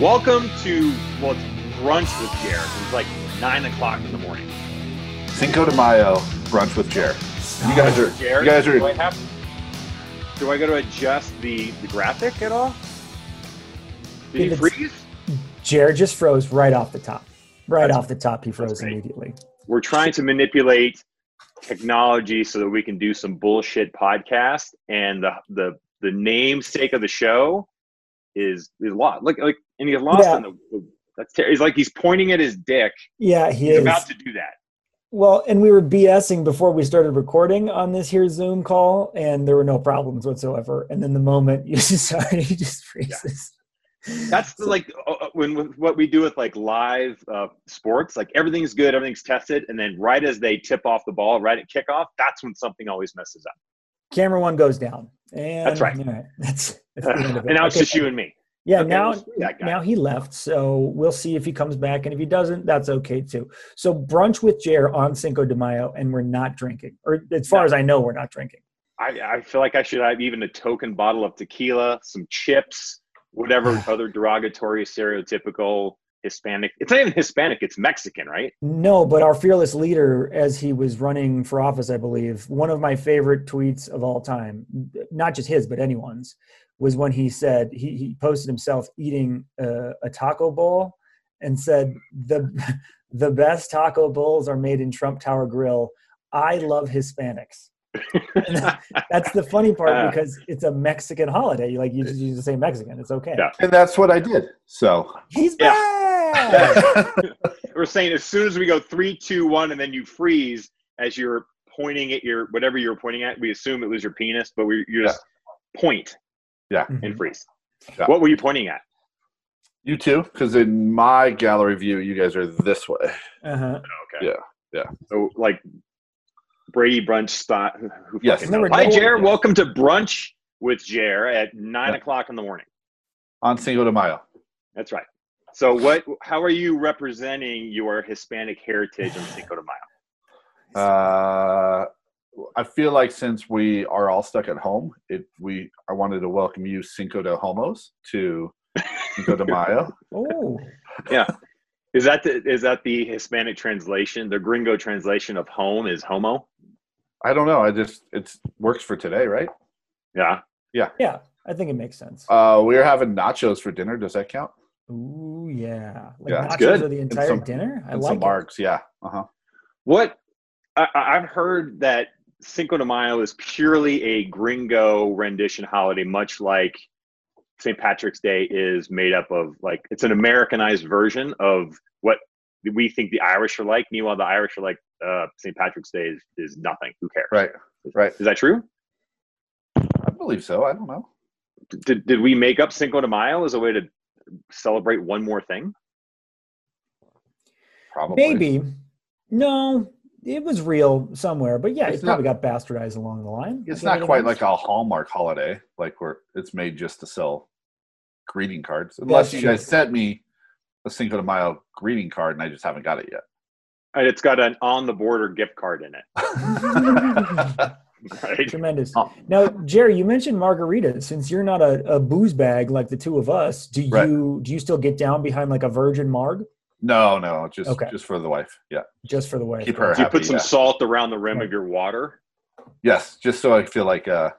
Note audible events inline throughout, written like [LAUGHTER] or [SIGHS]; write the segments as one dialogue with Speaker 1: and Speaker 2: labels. Speaker 1: Welcome to well, it's brunch with Jared. It's like nine o'clock in the morning.
Speaker 2: Cinco de Mayo brunch with Jer. You guys are
Speaker 1: Jared,
Speaker 2: you guys
Speaker 1: do I
Speaker 2: are
Speaker 1: have? Do I got to adjust the the graphic at all? Did you
Speaker 3: If it's-
Speaker 1: freeze?
Speaker 3: Jared just froze right off the top. Right off the top, he froze
Speaker 1: great.
Speaker 3: immediately.
Speaker 1: We're trying to manipulate technology so that we can do some bullshit podcast, and the the the namesake of the show is is lost. Look, like, and he's lost
Speaker 3: Yeah.
Speaker 1: in the. That's ter- he's like he's pointing at his dick.
Speaker 3: Yeah, he
Speaker 1: He's
Speaker 3: is.
Speaker 1: about to do that.
Speaker 3: well, and we were BSing before we started recording on this here Zoom call, and there were no problems whatsoever. And then the moment you [LAUGHS] decide, he just freezes.
Speaker 1: That's the, like uh, uh, when with what we do with like live uh, sports, like everything's good, everything's tested, and then right as they tip off the ball, right at kickoff, that's when something always messes up.
Speaker 3: Camera one goes down. And
Speaker 1: That's right.
Speaker 3: all That's, that's the
Speaker 1: [LAUGHS]
Speaker 3: end of
Speaker 1: and
Speaker 3: it.
Speaker 1: now it's
Speaker 3: Okay,
Speaker 1: just you and me.
Speaker 3: Yeah,
Speaker 1: Okay,
Speaker 3: now
Speaker 1: well, screw that guy.
Speaker 3: now he left, so we'll see if he comes back, and if he doesn't, that's okay too. So brunch with Jer on Cinco de Mayo, and we're not drinking, or as far
Speaker 1: No.
Speaker 3: as I know, we're not drinking.
Speaker 1: I, I feel like I should have even a token bottle of tequila, some chips,
Speaker 3: [SIGHS]
Speaker 1: whatever other derogatory, stereotypical Hispanic. It's not even Hispanic; it's Mexican,
Speaker 3: [LAUGHS]
Speaker 1: right?
Speaker 3: No, but our fearless leader, as he was running for office, I believe, one of my favorite tweets of all time, not just his, but anyone's, was when he said, he, he posted himself eating a, a taco bowl and said, the, [LAUGHS] the best taco bowls are made in Trump Tower Grill. I love Hispanics. And that- that's the funny
Speaker 1: Ah. [LAUGHS]
Speaker 3: part because it's a Mexican holiday. You like you just, you just say Mexican. It's okay.
Speaker 1: Yeah.
Speaker 2: and that's what I did. So [LAUGHS]
Speaker 3: He's
Speaker 1: Yeah.
Speaker 3: back.
Speaker 1: [LAUGHS] [LAUGHS]
Speaker 3: [LAUGHS]
Speaker 1: We're saying as soon as we go three, two, one, and then you freeze as you're pointing at your whatever you're pointing at. We assume it was your penis, but we you just point and freeze.
Speaker 2: Mm-hmm. Yeah.
Speaker 1: What were you pointing at?
Speaker 2: you too, because in my gallery view, you guys are this way.
Speaker 3: Uh-huh.
Speaker 1: Okay.
Speaker 2: Yeah, yeah.
Speaker 1: So like Brady Brunch spot. Who
Speaker 2: Yes.
Speaker 1: fucking
Speaker 3: Never
Speaker 1: knows? Hi,
Speaker 3: know.
Speaker 1: Jared. Welcome to brunch with Jer at nine
Speaker 2: Yeah.
Speaker 1: o'clock in the morning.
Speaker 2: On Cinco de Mayo.
Speaker 1: That's right. So what? How are you representing your Hispanic heritage on Cinco de Mayo?
Speaker 2: Uh, I feel like since we are all stuck at home, it we I wanted to welcome you Cinco de Homos to Cinco de
Speaker 3: [LAUGHS]
Speaker 2: Mayo.
Speaker 3: Oh.
Speaker 1: Is that the is that the Hispanic translation? The Gringo translation of home is homo.
Speaker 2: I don't know. I just it works for today, right?
Speaker 1: Yeah.
Speaker 3: Yeah, I think it makes sense.
Speaker 2: Uh, we are having nachos for dinner. Does that count?
Speaker 3: Ooh, yeah. Like
Speaker 2: Yeah,
Speaker 3: nachos
Speaker 2: it's good.
Speaker 3: are the
Speaker 2: And
Speaker 3: entire
Speaker 2: some-
Speaker 3: dinner? I
Speaker 2: and
Speaker 3: like
Speaker 2: some
Speaker 3: it.
Speaker 2: marks. Yeah. Uh huh.
Speaker 1: What I, I- I've heard that Cinco de Mayo is purely a Gringo rendition holiday, much like St. Patrick's Day is made up of like it's an Americanized version of what we think the Irish are like. Meanwhile, the Irish are like uh, St. Patrick's Day is, is nothing. Who cares?
Speaker 2: Right. Right.
Speaker 1: Is that true?
Speaker 2: I believe so. I don't know.
Speaker 1: Did did we make up Cinco de Mayo as a way to celebrate one more thing?
Speaker 2: Probably.
Speaker 3: Maybe. No, it was real somewhere, but yeah,
Speaker 2: It's
Speaker 3: it probably got bastardized along the line.
Speaker 2: It's
Speaker 3: like
Speaker 2: not quite
Speaker 3: everything
Speaker 2: like
Speaker 3: else.
Speaker 2: a Hallmark holiday, like where it's made just to sell greeting cards. Unless you
Speaker 3: true.
Speaker 2: guys sent me a Cinco de Mayo greeting card and I just haven't got it
Speaker 3: [LAUGHS]
Speaker 2: yet. [LAUGHS]
Speaker 1: And it's got an on the border gift card in it, [LAUGHS]
Speaker 3: [LAUGHS]
Speaker 1: right?
Speaker 3: Tremendous.
Speaker 2: Oh.
Speaker 3: Now, Jerry, you mentioned margaritas. Since you're not a, a booze bag like the two of us, do you
Speaker 2: Right.
Speaker 3: do you still get down behind like a virgin marg
Speaker 2: no, no, just
Speaker 3: Okay.
Speaker 2: just for the wife. Yeah.
Speaker 3: just for the way?
Speaker 2: Keep her
Speaker 1: Do you
Speaker 2: happy.
Speaker 1: put some
Speaker 2: yeah.
Speaker 1: salt around the rim
Speaker 3: Right.
Speaker 1: of your water?
Speaker 2: Yes, just so I feel like uh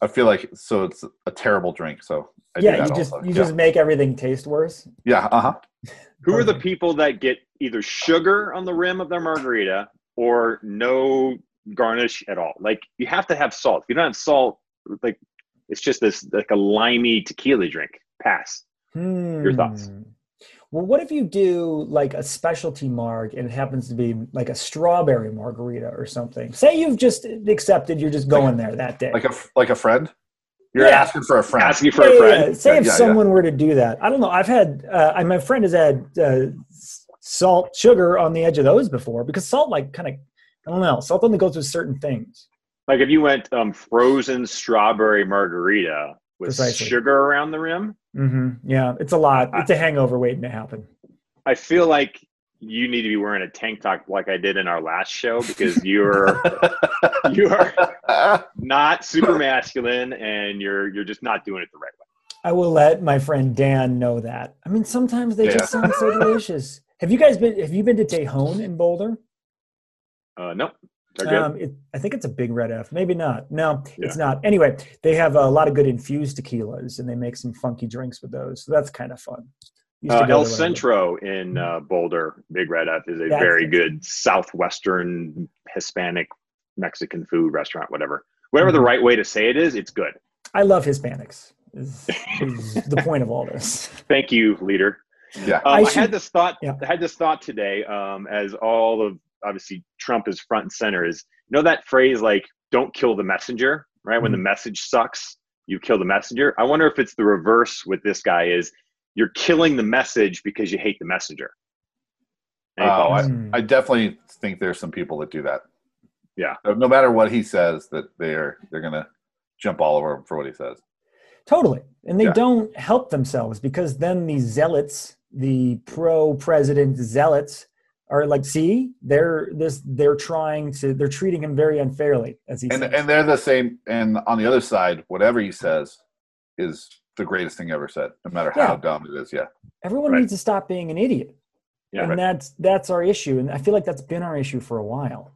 Speaker 2: I feel like so it's a terrible drink, so I do
Speaker 3: yeah,
Speaker 2: that
Speaker 3: you just
Speaker 2: also.
Speaker 3: you
Speaker 2: yeah.
Speaker 3: just make everything taste worse.
Speaker 2: yeah, uh-huh.
Speaker 1: Who are the
Speaker 3: Perfect.
Speaker 1: people that get either sugar on the rim of their margarita or no garnish at all? Like you have to have salt. If you don't have salt, like it's just this like a limey tequila drink. Pass. thoughts.
Speaker 3: Hmm. Well, what if you do like a specialty marg and it happens to be like a strawberry margarita or something? Say you've just accepted, you're just
Speaker 2: Like-
Speaker 3: going there that day.
Speaker 2: Like a like a friend? You're
Speaker 3: Yeah.
Speaker 2: asking for a friend.
Speaker 1: Ask you for
Speaker 3: Yeah,
Speaker 1: a
Speaker 3: yeah,
Speaker 1: friend.
Speaker 3: yeah. Say
Speaker 2: Yeah,
Speaker 3: if
Speaker 2: yeah, yeah.
Speaker 3: someone were to do that. I don't know. I've had, uh, I- my friend has had uh, s- salt, sugar on the edge of those before because salt, like, kind of, I don't know, salt only goes with certain things.
Speaker 1: Like if you went um, frozen strawberry margarita with
Speaker 3: Precisely.
Speaker 1: sugar around the rim,
Speaker 3: hmm Yeah, it's a lot. It's a hangover waiting to happen.
Speaker 1: I feel like you need to be wearing a tank top like I did in our last show because
Speaker 3: [LAUGHS]
Speaker 1: you're you are
Speaker 2: Ah,
Speaker 1: not super masculine and you're you're just not doing it the right way.
Speaker 3: I will let my friend Dan know that. I mean, sometimes they
Speaker 2: Yeah.
Speaker 3: just sound so delicious. Have you guys been? Have you been to Tejon in Boulder?
Speaker 1: Uh, no, they're good.
Speaker 3: Um, it, I think it's a big red F. Maybe not. No,
Speaker 1: Yeah.
Speaker 3: it's not. Anyway, they have a lot of good infused tequilas, and they make some funky drinks with those. So that's kind of fun. Used to
Speaker 1: Uh, El
Speaker 3: go there when I was-
Speaker 1: Centro in uh, Boulder, Big Red F, is a
Speaker 3: That's
Speaker 1: very
Speaker 3: it.
Speaker 1: good southwestern Hispanic Mexican food restaurant, whatever. Whatever the
Speaker 3: Mhm.
Speaker 1: right way to say it is, it's good.
Speaker 3: I love Hispanics. Is, is the point of all this?
Speaker 1: Thank you, leader.
Speaker 2: [LAUGHS] Yeah.
Speaker 1: Um,
Speaker 3: I
Speaker 1: I,
Speaker 3: should-
Speaker 1: had this thought.
Speaker 3: Yeah.
Speaker 1: I had this thought today, um, as all of obviously Trump is front and center. Is you know that phrase like "don't kill the messenger," right? When the
Speaker 3: Mm-hmm.
Speaker 1: message sucks, you kill the messenger. I wonder if it's the reverse with this guy. Is you're killing the message because you hate the messenger? Any
Speaker 2: Oh,
Speaker 1: thoughts?
Speaker 3: Mm.
Speaker 2: I definitely think there's some people that do that.
Speaker 1: Yeah.
Speaker 2: No- No matter what he says, that they're they're gonna jump all over him for what he says.
Speaker 3: Totally. And they
Speaker 2: Yeah.
Speaker 3: don't help themselves because then the zealots, the pro president zealots, are like, see, they're this they're trying to they're treating him very unfairly, as he
Speaker 2: And
Speaker 3: says.
Speaker 2: and they're the same. And on the other side, whatever he says is the greatest thing ever said, no matter how
Speaker 3: Yeah.
Speaker 2: dumb it is. Yeah.
Speaker 3: Everyone
Speaker 1: Right.
Speaker 3: needs to stop being an idiot.
Speaker 1: Yeah,
Speaker 3: and
Speaker 1: right.
Speaker 3: that's that's our issue. And I feel like that's been our issue for a while.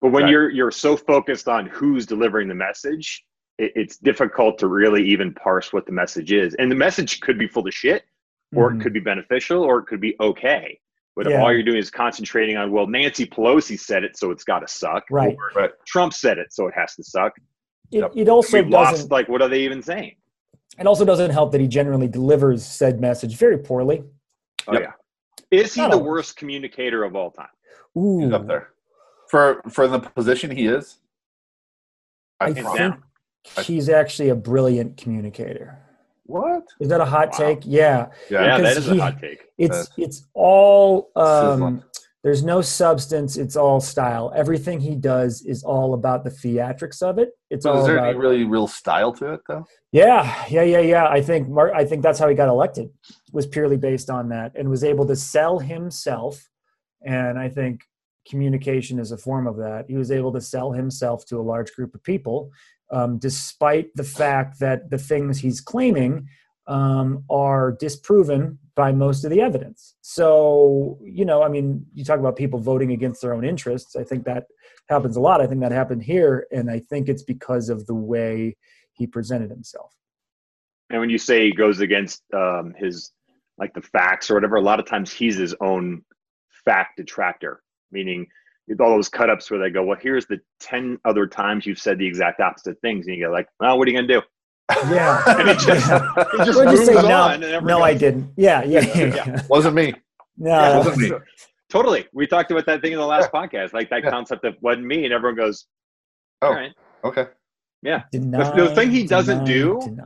Speaker 1: But when
Speaker 2: Right.
Speaker 1: you're you're so focused on who's delivering the message, it, it's difficult to really even parse what the message is. And the message could be full of shit, or
Speaker 3: Mhm.
Speaker 1: it could be beneficial, or it could be okay. But if
Speaker 3: Yeah.
Speaker 1: all you're doing is concentrating on, well, Nancy Pelosi said it, so it's got to suck.
Speaker 3: Right.
Speaker 1: Or
Speaker 2: Right.
Speaker 1: Trump said it, so it has to suck.
Speaker 3: It,
Speaker 2: Yep.
Speaker 3: it also
Speaker 1: We've
Speaker 3: doesn't
Speaker 1: lost. Like, what are they even saying?
Speaker 3: it also doesn't help that he generally delivers said message very poorly.
Speaker 1: Oh
Speaker 2: Yep.
Speaker 1: yeah. Is he
Speaker 3: Not
Speaker 1: the
Speaker 3: always.
Speaker 1: worst communicator of all time?
Speaker 3: Ooh,
Speaker 2: He's up there for for the position he is. I,
Speaker 3: I
Speaker 2: think.
Speaker 1: Hands
Speaker 3: think
Speaker 2: I-
Speaker 3: he's actually a brilliant communicator.
Speaker 2: What?
Speaker 3: Is that a hot
Speaker 1: Wow.
Speaker 3: take? Yeah.
Speaker 2: Yeah.
Speaker 1: Yeah,
Speaker 3: Because
Speaker 1: that is a
Speaker 3: he-
Speaker 1: hot take.
Speaker 3: it's
Speaker 2: That's-
Speaker 3: it's all
Speaker 2: Sizzling.
Speaker 3: um, there's no substance it's all style everything he does is all about the theatrics of it it's
Speaker 2: So
Speaker 3: all
Speaker 2: is there
Speaker 3: about
Speaker 2: any really real style to it though?
Speaker 3: yeah yeah yeah yeah i think Mar- i think that's how he got elected was purely based on that and was able to sell himself and i think communication is a form of that he was able to sell himself to a large group of people um, despite the fact that the things he's claiming um, are disproven by most of the evidence. So, you know, I mean, you talk about people voting against their own interests. I think that happens a lot. I think that happened here, and I think it's because of the way he presented himself.
Speaker 1: And when you say he goes against um, his like the facts or whatever, a lot of times he's his own fact detractor, meaning with all those cut ups where they go, well, here's the 10 other times you've said the exact opposite things. And you go like, well, what are you going to do?
Speaker 2: [LAUGHS]
Speaker 3: Yeah. [LAUGHS]
Speaker 1: And it just- He just
Speaker 3: Or
Speaker 1: moves
Speaker 3: just say
Speaker 1: on.
Speaker 3: no.
Speaker 1: and everyone
Speaker 3: No, I
Speaker 1: goes,
Speaker 3: didn't. Yeah, yeah, yeah.
Speaker 1: [LAUGHS] Yeah.
Speaker 2: Wasn't me.
Speaker 1: "Yeah,
Speaker 3: No,
Speaker 2: Wasn't
Speaker 3: [LAUGHS]
Speaker 2: me.
Speaker 1: Totally. We talked about that thing in the last podcast, like that concept of wasn't me. And everyone goes,
Speaker 2: Oh.
Speaker 1: all right.
Speaker 2: Okay.
Speaker 3: deny,
Speaker 1: the thing he doesn't
Speaker 3: deny,
Speaker 1: do-
Speaker 3: deny.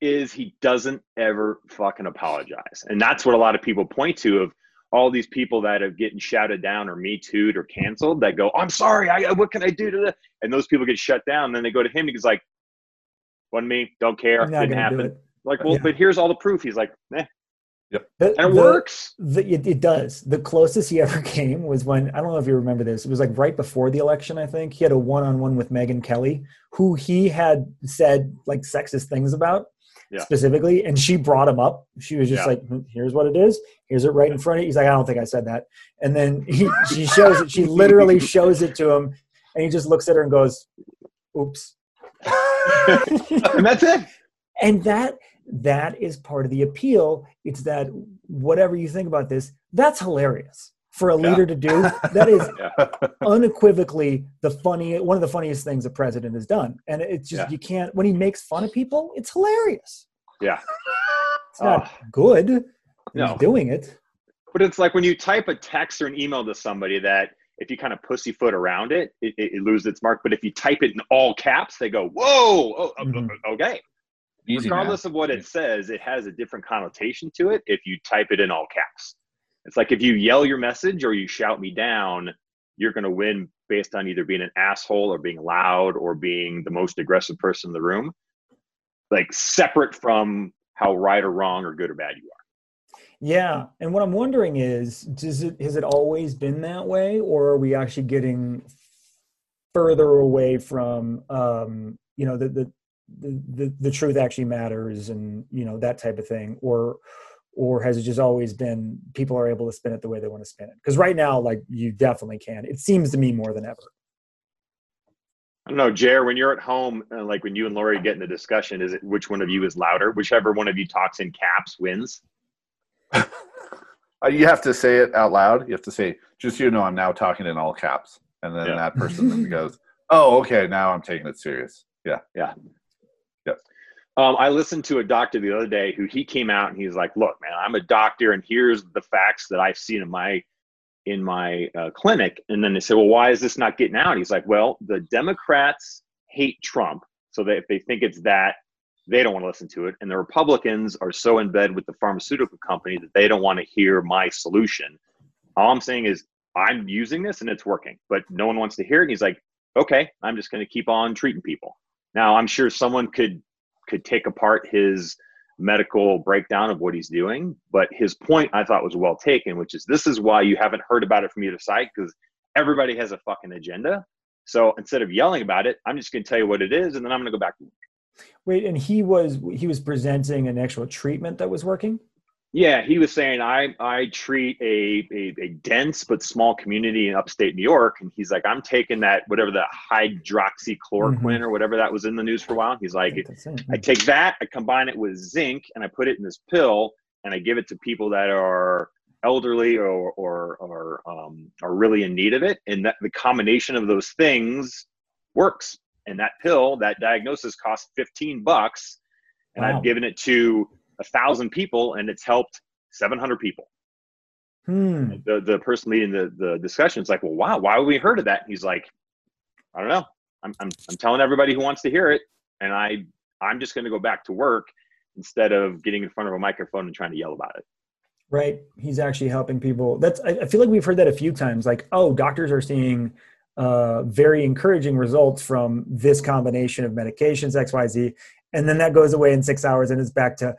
Speaker 1: is he doesn't ever fucking apologize. And that's what a lot of people point to of all these people that have getting shouted down or me too'd or canceled that go, I'm sorry, I, what can I do to that? And those people get shut down. Then they go to him and he's like, wasn't me, don't care,
Speaker 3: I'm not
Speaker 1: didn't
Speaker 3: gonna do
Speaker 1: happen.
Speaker 3: it.
Speaker 1: Like, well,
Speaker 3: Yeah.
Speaker 1: but here's all the proof. He's like, eh.
Speaker 3: The-
Speaker 1: and it
Speaker 3: the- [LAUGHS]
Speaker 1: works.
Speaker 3: The, it, it does. The closest he ever [LAUGHS] came was when I don't know if you remember this. It was like right before the election, I think. He had a one-on-one with Megan Kelly, who he had said like sexist things about
Speaker 1: Yeah.
Speaker 3: specifically, and she brought him up. She was just
Speaker 1: Yeah.
Speaker 3: like, "Hmm, "Here's what it is. Here's it right in front of you." He's like, "I don't think I said that." And then he, she shows it. She
Speaker 1: [LAUGHS]
Speaker 3: literally shows it to him, and he just looks at her and goes,
Speaker 1: [LAUGHS]
Speaker 3: "Oops."
Speaker 1: And that's it.
Speaker 3: and that that is part of the appeal it's that whatever you think about this that's hilarious for a
Speaker 2: Yeah.
Speaker 3: leader to do that is
Speaker 1: [LAUGHS] Yeah.
Speaker 3: unequivocally the funny one of the funniest things a president has done and it's just
Speaker 1: Yeah.
Speaker 3: you can't when he makes fun of people it's hilarious
Speaker 1: Yeah.
Speaker 3: it's not
Speaker 1: Ugh.
Speaker 3: good that
Speaker 1: No.
Speaker 3: he's doing it
Speaker 1: But it's like when you type a text or an email to somebody that if you kind of pussyfoot around it, it, it, it loses its mark. But if you type it in all caps, they go, whoa, oh, oh,
Speaker 3: Mhm.
Speaker 1: okay.
Speaker 2: Easy. man.
Speaker 1: regardless of what it says, it has a different connotation to it if you type it in all caps. It's like if you yell your message or you shout me down, you're going to win based on either being an asshole or being loud or being the most aggressive person in the room, like separate from how right or wrong or good or bad you
Speaker 3: Yeah, and what I'm wondering is, does it has it always been that way, or are we actually getting further away from um, you know the, the the, the, the truth actually matters and you know that type of thing or or has it just always been people are able to spin it the way they want to spin it because right now like you definitely can it seems to me more than ever
Speaker 1: I don't know, Jer, when you're at home, uh, like when you and Lori get in the discussion, is it which one of you is louder? Whichever one of you talks in caps wins.
Speaker 2: [LAUGHS] Uh, you have to say it out loud. You have to say, just so you know, I'm now talking in all caps. And then
Speaker 1: Yeah.
Speaker 2: that person then goes, oh, okay, now I'm taking it serious. Yeah.
Speaker 1: Um, I listened to a doctor the other day who he came out and he's like, "Look, man, I'm a doctor, and here's the facts that I've seen in my in my uh, clinic." And then they said, "Well, why is this not getting out?" He's like, "Well, the Democrats hate Trump, so that if they think it's that, they don't want to listen to it, and the Republicans are so in bed with the pharmaceutical company that they don't want to hear my solution." All I'm saying is I'm using this and it's working, but no one wants to hear it. And he's like, "Okay, I'm just going to keep on treating people." Now, I'm sure someone could could take apart his medical breakdown of what he's doing. But his point I thought was well taken, which is this is why you haven't heard about it from either side because everybody has a fucking agenda. So instead of yelling about it, I'm just going to tell you what it is, and then I'm going to go back to work.
Speaker 3: wait and he was he was presenting an actual treatment that was working
Speaker 1: Yeah, he was saying I I treat a, a a dense but small community in upstate New York, and he's like I'm taking that whatever the hydroxychloroquine or whatever that was in the news for a while. He's like
Speaker 3: That's it.
Speaker 1: I take that, I combine it with zinc, and I put it in this pill, and I give it to people that are elderly or or, or um, are really in need of it. And that the combination of those things works. And that pill, that diagnosis, costs fifteen bucks, and
Speaker 3: Wow.
Speaker 1: I've given it to a thousand people, and it's helped seven hundred people.
Speaker 3: hmm.
Speaker 1: The the person leading the the discussion is like, well, wow, why have we heard of that? And he's like, I don't know. I'm, I'm, I'm telling everybody who wants to hear it, and I I'm just going to go back to work instead of getting in front of a microphone and trying to yell about it.
Speaker 3: Right. He's actually helping people. That's I, I feel like we've heard that a few times. Like, oh, doctors are seeing uh, very encouraging results from this combination of medications X, Y, Z, and then that goes away in six hours, and it's back to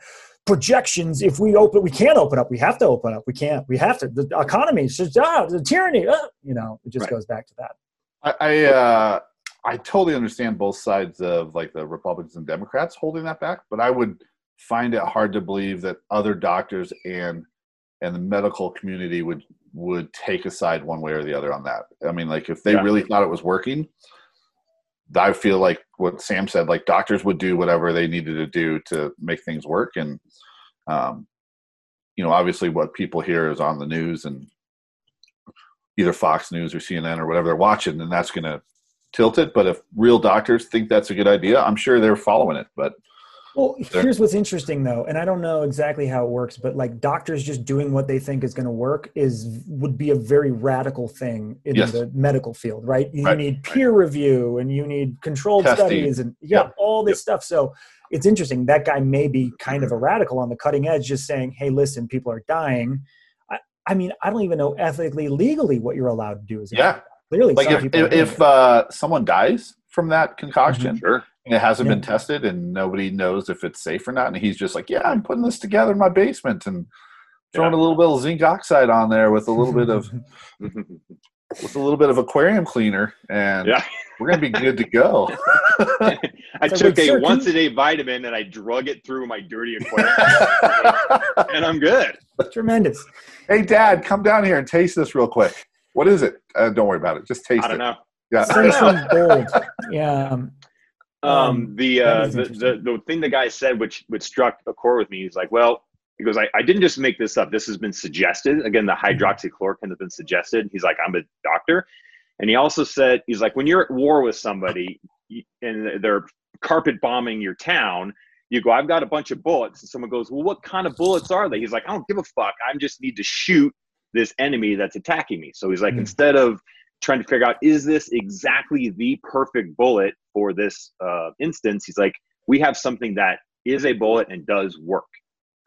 Speaker 3: projections. If we open, we can't open up. We have to open up. We can't. We have to. The economy is just ah, the tyranny. ah," you know, it just
Speaker 1: Right.
Speaker 3: goes back to that.
Speaker 2: I, I, uh, I totally understand both sides of like the Republicans and Democrats holding that back, but I would find it hard to believe that other doctors and and the medical community would would take a side one way or the other on that. I mean, like if they
Speaker 1: Yeah.
Speaker 2: really thought it was working, I feel like what Sam said, like doctors would do whatever they needed to do to make things work, and um, you know, obviously, what people hear is on the news and either Fox News or CNN or whatever they're watching, then that's going to tilt it. But if real doctors think that's a good idea, I'm sure they're following it. But
Speaker 3: Well,
Speaker 2: Sure.
Speaker 3: here's what's interesting though, and I don't know exactly how it works, but like doctors just doing what they think is going to work is would be a very radical thing in
Speaker 2: Yes.
Speaker 3: the medical field, right? You
Speaker 2: Right,
Speaker 3: need peer review and you need controlled
Speaker 2: Testing.
Speaker 3: studies and yeah,
Speaker 2: Yep. Mm-hmm.
Speaker 3: all this stuff. So it's interesting. That guy may be kind of a radical on the cutting edge, just saying, "Hey, listen, people are dying." I, I mean, I don't even know ethically, legally, what you're allowed to do. Is
Speaker 2: yeah,
Speaker 3: clearly
Speaker 2: like
Speaker 3: some
Speaker 2: if
Speaker 3: people are
Speaker 2: if,
Speaker 3: doing
Speaker 2: if
Speaker 3: it.
Speaker 2: uh, someone dies from that concoction
Speaker 1: Mm-hmm. Sure.
Speaker 2: and it hasn't been
Speaker 3: Yeah.
Speaker 2: tested and nobody knows if it's safe or not, and he's just like, yeah, I'm putting this together in my basement and throwing
Speaker 1: Yeah.
Speaker 2: a little bit of zinc oxide on there with uh, a little bit
Speaker 1: [LAUGHS]
Speaker 2: of [LAUGHS] with a little bit of aquarium cleaner, and
Speaker 1: yeah.
Speaker 2: we're gonna be good to go.
Speaker 1: [LAUGHS] I
Speaker 3: So,
Speaker 1: took
Speaker 3: wait, sir,
Speaker 1: a
Speaker 3: can
Speaker 1: once
Speaker 3: you-
Speaker 1: a day vitamin and I drug it through my dirty aquarium,
Speaker 3: [LAUGHS]
Speaker 1: and I'm good.
Speaker 3: [LAUGHS] tremendous.
Speaker 2: hey, Dad, come down here and taste this real quick. What is it? Uh, don't worry about it. Just taste
Speaker 1: I don't
Speaker 2: it.
Speaker 1: know.
Speaker 2: Yeah. [LAUGHS]
Speaker 3: [LAUGHS] Something bold. Yeah. um, Um,
Speaker 1: um, the,
Speaker 3: that
Speaker 1: uh,
Speaker 3: is
Speaker 1: the, the
Speaker 3: interesting.
Speaker 1: the thing the guy said, which which struck a chord with me, he's like, "Well, he goes, I, I didn't just make this up. This has been suggested. Again, the
Speaker 3: Mm-hmm.
Speaker 1: hydroxychloroquine has been suggested. He's like, I'm a doctor, and he also said, he's like, when you're at war with somebody you- and they're carpet bombing your town, you go, I've got a bunch of bullets, and someone goes, Well, what kind of bullets are they? He's like, I don't give a fuck. I just need to shoot this enemy that's attacking me. So he's like,
Speaker 3: Hmm.
Speaker 1: instead of trying to figure out is this exactly the perfect bullet for this uh, instance he's like we have something that is a bullet and does work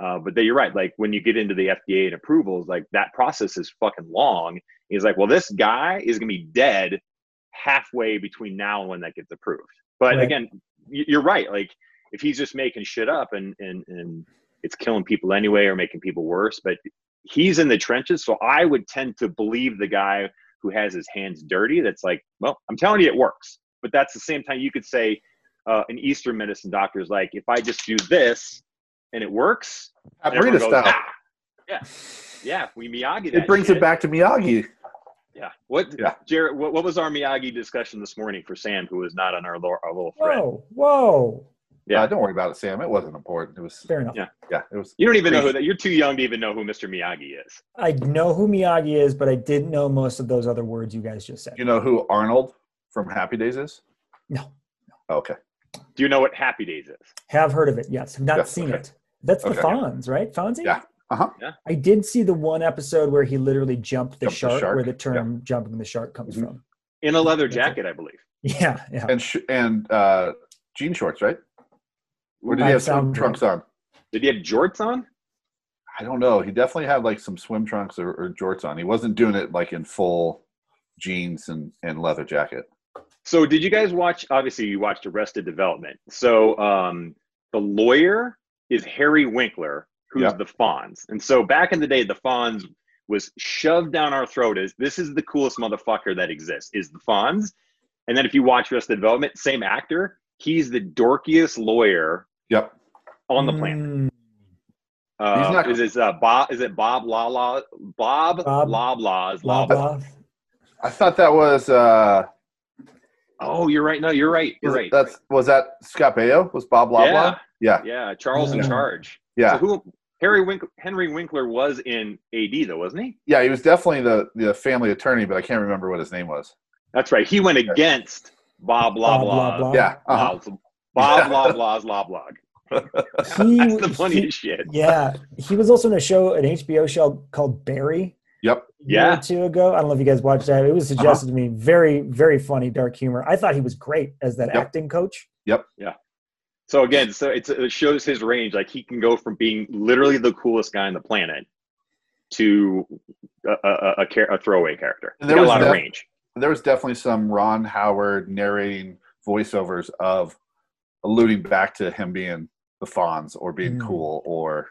Speaker 1: uh, but then you're right like when you get into the fda and approvals like that process is fucking long he's like well this guy is going to be dead halfway between now and when that gets approved but
Speaker 3: Right.
Speaker 1: again y- you're right like if he's just making shit up and and and it's killing people anyway or making people worse but he's in the trenches so i would tend to believe the guy who has his hands dirty that's like, well, I'm telling you it works. But that's the same time you could say, uh, an Eastern medicine doctor is like, if I just do this and it works, and everyone
Speaker 2: Burrito
Speaker 1: goes,
Speaker 2: style.
Speaker 1: "Ah." yeah, yeah, we Miyagi.
Speaker 2: It brings it back to Miyagi.
Speaker 1: Yeah. What,
Speaker 2: Yeah.
Speaker 1: Jared? What, what was our Miyagi discussion this morning for Sam, who is not on our, lo- our little thread?
Speaker 3: Whoa, whoa.
Speaker 1: Yeah.
Speaker 2: Uh, don't worry about it, Sam. It wasn't important. It was
Speaker 3: Fair enough.
Speaker 1: Yeah.
Speaker 2: yeah. It was
Speaker 1: You don't even know who that. You're too young to even know who Mr. Miyagi is.
Speaker 3: I know who Miyagi is, but I didn't know most of those other words you guys just said.
Speaker 2: you know who Arnold from Happy Days is? Oh,
Speaker 3: No.
Speaker 2: Okay.
Speaker 1: Do you know what Happy Days is?
Speaker 3: Have heard of it, yes. Have not
Speaker 2: Yeah,
Speaker 3: seen
Speaker 2: okay.
Speaker 3: it. That's the
Speaker 2: Okay.
Speaker 3: Fonz, right? Fonzie?
Speaker 2: Yeah. Uh-huh.
Speaker 1: Yeah.
Speaker 3: I did see the one episode where he literally jumped the,
Speaker 2: Jumped the
Speaker 3: shark,
Speaker 2: shark.
Speaker 3: where the term jumping the shark comes
Speaker 2: Mhm.
Speaker 3: from. [LAUGHS]
Speaker 1: In a leather
Speaker 3: That's it.
Speaker 1: jacket, I believe.
Speaker 3: Yeah, yeah.
Speaker 2: And sh- and uh, jean shorts, right? Or did
Speaker 3: That
Speaker 2: he have swim
Speaker 3: sounds
Speaker 2: trunks on?
Speaker 1: Did he have jorts on?
Speaker 2: I don't know. He definitely had like some swim trunks or, or jorts on. He wasn't doing it like in full jeans and, and leather jacket.
Speaker 1: So, did you guys watch? Obviously, you watched Arrested Development. So, um, the lawyer is Harry Winkler, who's
Speaker 2: Yep.
Speaker 1: the Fonz. And so, back in the day, the Fonz was shoved down our throat as this is the coolest motherfucker that exists, is the Fonz. And then, if you watch Arrested Development, same actor, he's the dorkiest lawyer
Speaker 2: Yep.
Speaker 1: on the planet.
Speaker 3: Mm,
Speaker 1: Uh,
Speaker 2: He's not-
Speaker 1: is it uh, Bob? Is it Bob La La? Bob,
Speaker 3: Bob
Speaker 1: Loblaws.
Speaker 3: blah,
Speaker 1: Loblaw.
Speaker 3: blah.
Speaker 2: I thought that was uh
Speaker 1: Oh, you're right. No, you're right. You're
Speaker 2: was-
Speaker 1: right.
Speaker 2: that's was that Scott Baio? Was Bob Loblaw?
Speaker 1: Yeah.
Speaker 2: Yeah.
Speaker 1: Yeah, Charles in
Speaker 3: Yeah.
Speaker 1: charge.
Speaker 2: Yeah.
Speaker 1: So who Harry Winkler, Henry Winkler was in AD though, wasn't he?
Speaker 2: Yeah, he was definitely the, the family attorney, but I can't remember what his name was.
Speaker 1: That's right. He went against Bob blah
Speaker 3: Bob, blah,
Speaker 1: blah.
Speaker 3: blah.
Speaker 2: Yeah. Uh-huh.
Speaker 1: Bob
Speaker 2: Yeah. [LAUGHS]
Speaker 1: blah blah's blah blah.
Speaker 3: He,
Speaker 1: That's the
Speaker 3: he-
Speaker 1: funniest shit.
Speaker 3: yeah, he was also in a show, an HBO show called Barry.
Speaker 2: Yep. Uh-huh.
Speaker 3: a year
Speaker 1: Yeah.
Speaker 3: or two ago. I don't know if you guys watched that. It was suggested to me. Very, very funny, dark humor. I thought he was great as that
Speaker 2: Yep.
Speaker 3: acting coach.
Speaker 1: So again, so it's, it shows his range. Like he can go from being literally the coolest guy on the planet to a, a, a, a, char- a throwaway character. He's
Speaker 2: There
Speaker 1: got a
Speaker 2: was
Speaker 1: lot of
Speaker 2: that-
Speaker 1: range.
Speaker 2: There was definitely some Ron Howard narrating voiceovers of alluding back to him being the Fonz or being
Speaker 3: Mm.
Speaker 2: cool or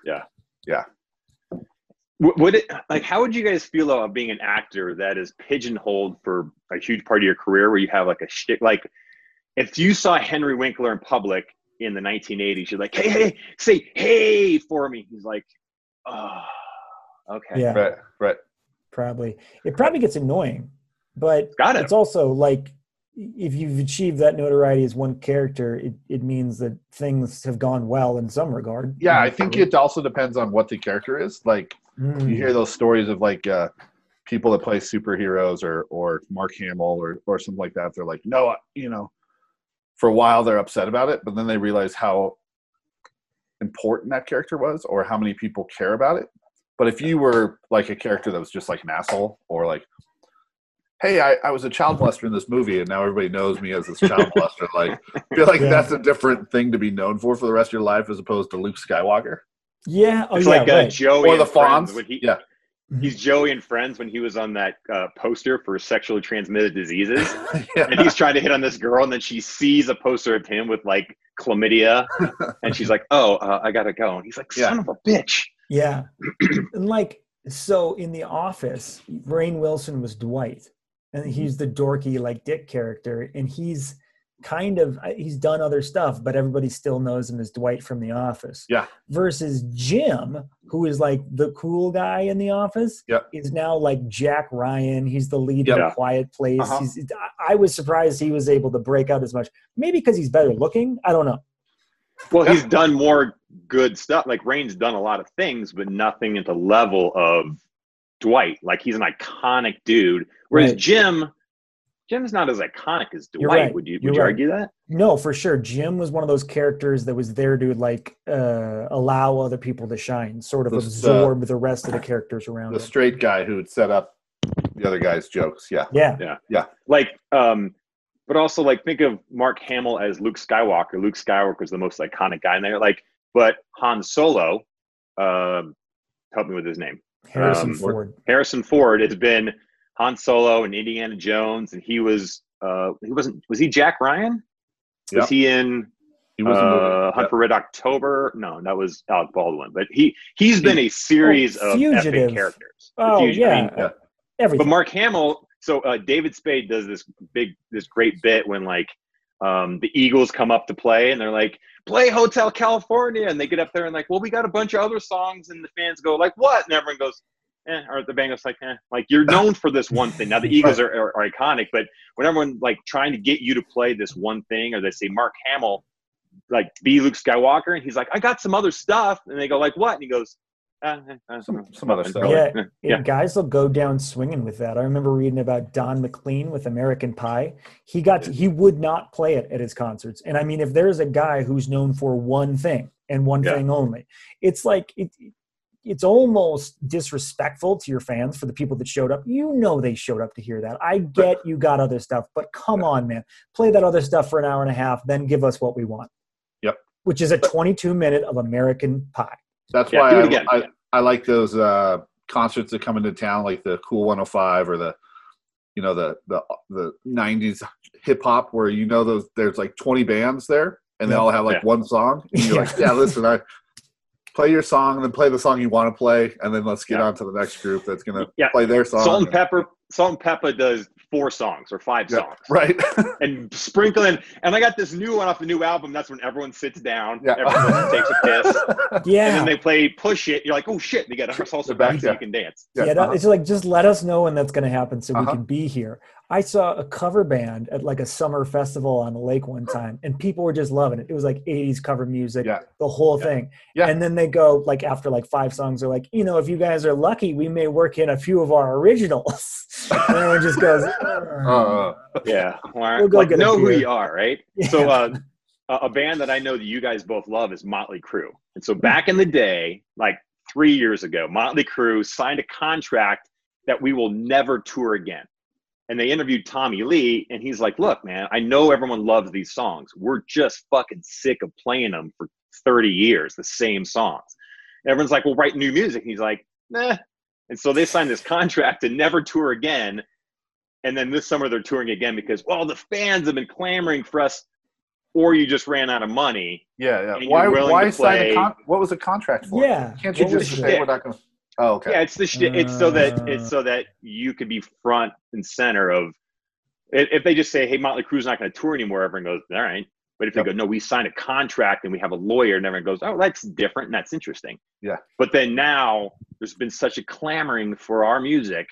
Speaker 1: W- Would it like how would you guys feel about being an actor that is pigeonholed for a huge part of your career where you have like a shtick? Like, if you saw Henry Winkler in public in the 1980s, you're like, hey, hey, say hey for me. He's like, oh, okay.
Speaker 3: Yeah,
Speaker 2: right, right.
Speaker 3: probably. It probably gets annoying, but
Speaker 1: Got it.
Speaker 3: it's also like if you've achieved that notoriety as one character, it, it means that things have gone well in some regard.
Speaker 2: Yeah, I
Speaker 3: Hmm.
Speaker 2: think it also depends on what the character is. Like
Speaker 3: Mm.
Speaker 2: you hear those stories of like uh, people that play superheroes or or Mark Hamill or or something like that. They're like, no, I- you know, for a while they're upset about it, but then they realize how important that character was or how many people care about it. But if you were like a character that was just like an asshole or like, hey, I, I was a child molester in this movie and now everybody knows me as this child molester, like, I feel like
Speaker 3: Yeah.
Speaker 2: that's a different thing to be known for for the rest of your life as opposed to Luke Skywalker.
Speaker 3: Yeah. Oh,
Speaker 1: It's
Speaker 3: yeah.
Speaker 1: like uh,
Speaker 3: right.
Speaker 1: Joey
Speaker 2: Or the
Speaker 1: in Friends
Speaker 2: Fonz.
Speaker 1: when he-
Speaker 2: Yeah. [LAUGHS]
Speaker 1: He's Joey and Friends when he was on that uh, poster for sexually transmitted diseases,
Speaker 2: yeah.
Speaker 1: and he's trying to hit on this girl, and then she sees a poster of him with like chlamydia, and she's like, "Oh, uh, I gotta go," and he's like,
Speaker 2: Yeah.
Speaker 1: "Son of a bitch."
Speaker 3: Yeah. and like, so in The Office, Rain Wilson was Dwight, and
Speaker 2: Mm-hmm.
Speaker 3: he's the dorky, like Dick character. And he's kind of, I- he's done other stuff, but everybody still knows him as Dwight from The Office.
Speaker 2: Yeah.
Speaker 3: Versus Jim, who is like the cool guy in The Office,
Speaker 2: Yep.
Speaker 3: is now like Jack Ryan. He's the lead in
Speaker 1: Yeah.
Speaker 3: a quiet place.
Speaker 2: Uh-huh.
Speaker 3: He's, I- I was surprised he was able to break out as much. Maybe because he's better looking. I don't know.
Speaker 1: Well,
Speaker 2: Yeah.
Speaker 1: he's done more good stuff. Like Rain's done a lot of things, but nothing at the level of Dwight. Like he's an iconic dude. Whereas
Speaker 3: Right.
Speaker 1: Jim, Jim's not as iconic as
Speaker 3: You're
Speaker 1: Dwight.
Speaker 3: right.
Speaker 1: Would you would
Speaker 3: You're
Speaker 1: you
Speaker 3: right.
Speaker 1: argue that?
Speaker 3: No, for sure. Jim was one of those characters that was there to like uh, allow other people to shine, sort of
Speaker 2: This, uh,
Speaker 3: absorb the rest of the characters around
Speaker 2: the
Speaker 3: him.
Speaker 2: straight guy who would set up the other guy's jokes. Yeah,
Speaker 3: yeah,
Speaker 1: Like, um, but also like think of Mark Hamill as Luke Skywalker. Luke Skywalker's the most iconic guy in there. Like, but Han Solo, um, help me with his name.
Speaker 3: Harrison
Speaker 1: Um,
Speaker 3: Ford.
Speaker 1: Harrison Ford has been Han Solo and Indiana Jones, and he was uh, he wasn't was he Jack Ryan? Was
Speaker 2: Yep.
Speaker 1: he in
Speaker 2: he was a
Speaker 1: uh,
Speaker 2: movie.
Speaker 1: Hunt for Red October? No, that was Alec Baldwin. But he he's been a series
Speaker 3: Oh,
Speaker 1: of
Speaker 3: Fugitive.
Speaker 1: epic characters. The
Speaker 3: Oh
Speaker 1: Fugitive. I
Speaker 3: yeah,
Speaker 1: mean,
Speaker 2: yeah.
Speaker 3: everything.
Speaker 1: but Mark Hamill. So uh, David Spade does this big this great bit when like um, the Eagles come up to play and they're like, play Hotel California. And they get up there and like, well, we got a bunch of other songs. And the fans go like, what? And everyone goes, eh. Or the Bengals like, eh. Like you're known for this one thing. Now
Speaker 2: [LAUGHS]
Speaker 1: the Eagles are, are, are iconic, but when everyone like trying to get you to play this one thing, or they say Mark Hamill, like be Luke Skywalker. And he's like, I got some other stuff. And they go like, what? And he goes, eh, eh, eh,
Speaker 2: Some, some other stuff.
Speaker 3: Yeah,
Speaker 1: [LAUGHS] Yeah.
Speaker 3: and guys will go down swinging with that. I remember reading about Don McLean with American Pie. He got to, he would not play it at his concerts. And I mean, if there's a guy who's known for one thing and one
Speaker 1: Yeah.
Speaker 3: thing only, it's like it, it's almost disrespectful to your fans for the people that showed up. You know they showed up to hear that. I get you got other stuff, but come on, man, play that other stuff for an hour and a half, then give us what we want.
Speaker 2: Yep.
Speaker 3: Which is a 22 minute of American Pie.
Speaker 2: That's
Speaker 1: Yeah, do it
Speaker 2: why
Speaker 1: again.
Speaker 2: I, I, I like those uh, concerts that come into town, like the Cool 105 or the, you know, the the the 90s hip hop, where you know those there's like 20 bands there, and they all have like
Speaker 1: Yeah.
Speaker 2: one song, and you're
Speaker 1: [LAUGHS]
Speaker 2: like, yeah, listen, I play your song, and then play the song you want to play, and then let's get
Speaker 1: Yeah.
Speaker 2: on to the next group that's gonna
Speaker 1: Yeah.
Speaker 2: play their song.
Speaker 1: Salt and Pepper. Salt and Pepper does four songs or five
Speaker 2: Yeah.
Speaker 1: songs.
Speaker 2: right? [LAUGHS]
Speaker 1: and sprinkle in. And I got this new one off the new album. That's when everyone sits down,
Speaker 2: Yeah.
Speaker 1: everyone takes a piss,
Speaker 3: [LAUGHS]
Speaker 1: [LAUGHS]
Speaker 3: Yeah.
Speaker 1: and then they play "Push It." You're like, "Oh shit!" They got a salsa
Speaker 2: They're back,
Speaker 1: back so
Speaker 2: yeah.
Speaker 1: you can dance.
Speaker 2: Yeah,
Speaker 3: Yeah, that,
Speaker 2: uh-huh.
Speaker 3: it's like just let us know when that's going to happen so we
Speaker 2: Uh-huh.
Speaker 3: can be here. I saw a cover band at like a summer festival on the lake one time, and people were just loving it. It was like '80s cover music,
Speaker 2: Yeah.
Speaker 3: the whole
Speaker 2: Yeah.
Speaker 3: thing.
Speaker 2: Yeah.
Speaker 3: And then they go like after like five songs, they're like, you know, if you guys are lucky, we may work in a few of our
Speaker 2: [LAUGHS]
Speaker 3: originals. and everyone just goes, "Ugh."
Speaker 2: Uh,
Speaker 1: [LAUGHS] Yeah,
Speaker 3: We'll go
Speaker 1: like
Speaker 3: get a
Speaker 1: know who
Speaker 3: beer.
Speaker 1: you are,
Speaker 3: [LAUGHS]
Speaker 1: right? So, uh, a a band that I know that you guys both love is Motley Crue. And so, back in the day, like three years ago, Motley Crue signed a contract that we will never tour again. And they interviewed Tommy Lee, and he's like, "Look, man, I know everyone loves these songs. We're just fucking sick of playing them for 30 years, the same songs." Everyone's like, "Well, write new music." And he's like, "Nah." And so they signed this [LAUGHS] contract to never tour again. And then this summer they're touring again because, well, the fans have been clamoring for us, or you just ran out of money.
Speaker 2: yeah, yeah.
Speaker 1: And
Speaker 2: Why?
Speaker 1: you're willing
Speaker 2: Why
Speaker 1: to
Speaker 2: sign a
Speaker 1: play-
Speaker 2: con- What was the contract for?
Speaker 3: yeah,
Speaker 2: Can't you
Speaker 3: what
Speaker 2: just
Speaker 3: was
Speaker 2: say
Speaker 3: it?
Speaker 2: we're not gonna? Oh, okay.
Speaker 1: Yeah, it's the shit. It's so that it's so that you could be front and center of. If if they just say, "Hey, Motley Crue's not going to tour anymore," everyone goes, "All right." But if they
Speaker 2: Yep.
Speaker 1: go, "No, we signed a contract and we have a lawyer," and everyone goes, "Oh, that's different and that's interesting."
Speaker 2: Yeah.
Speaker 1: But then now there's been such a clamoring for our music.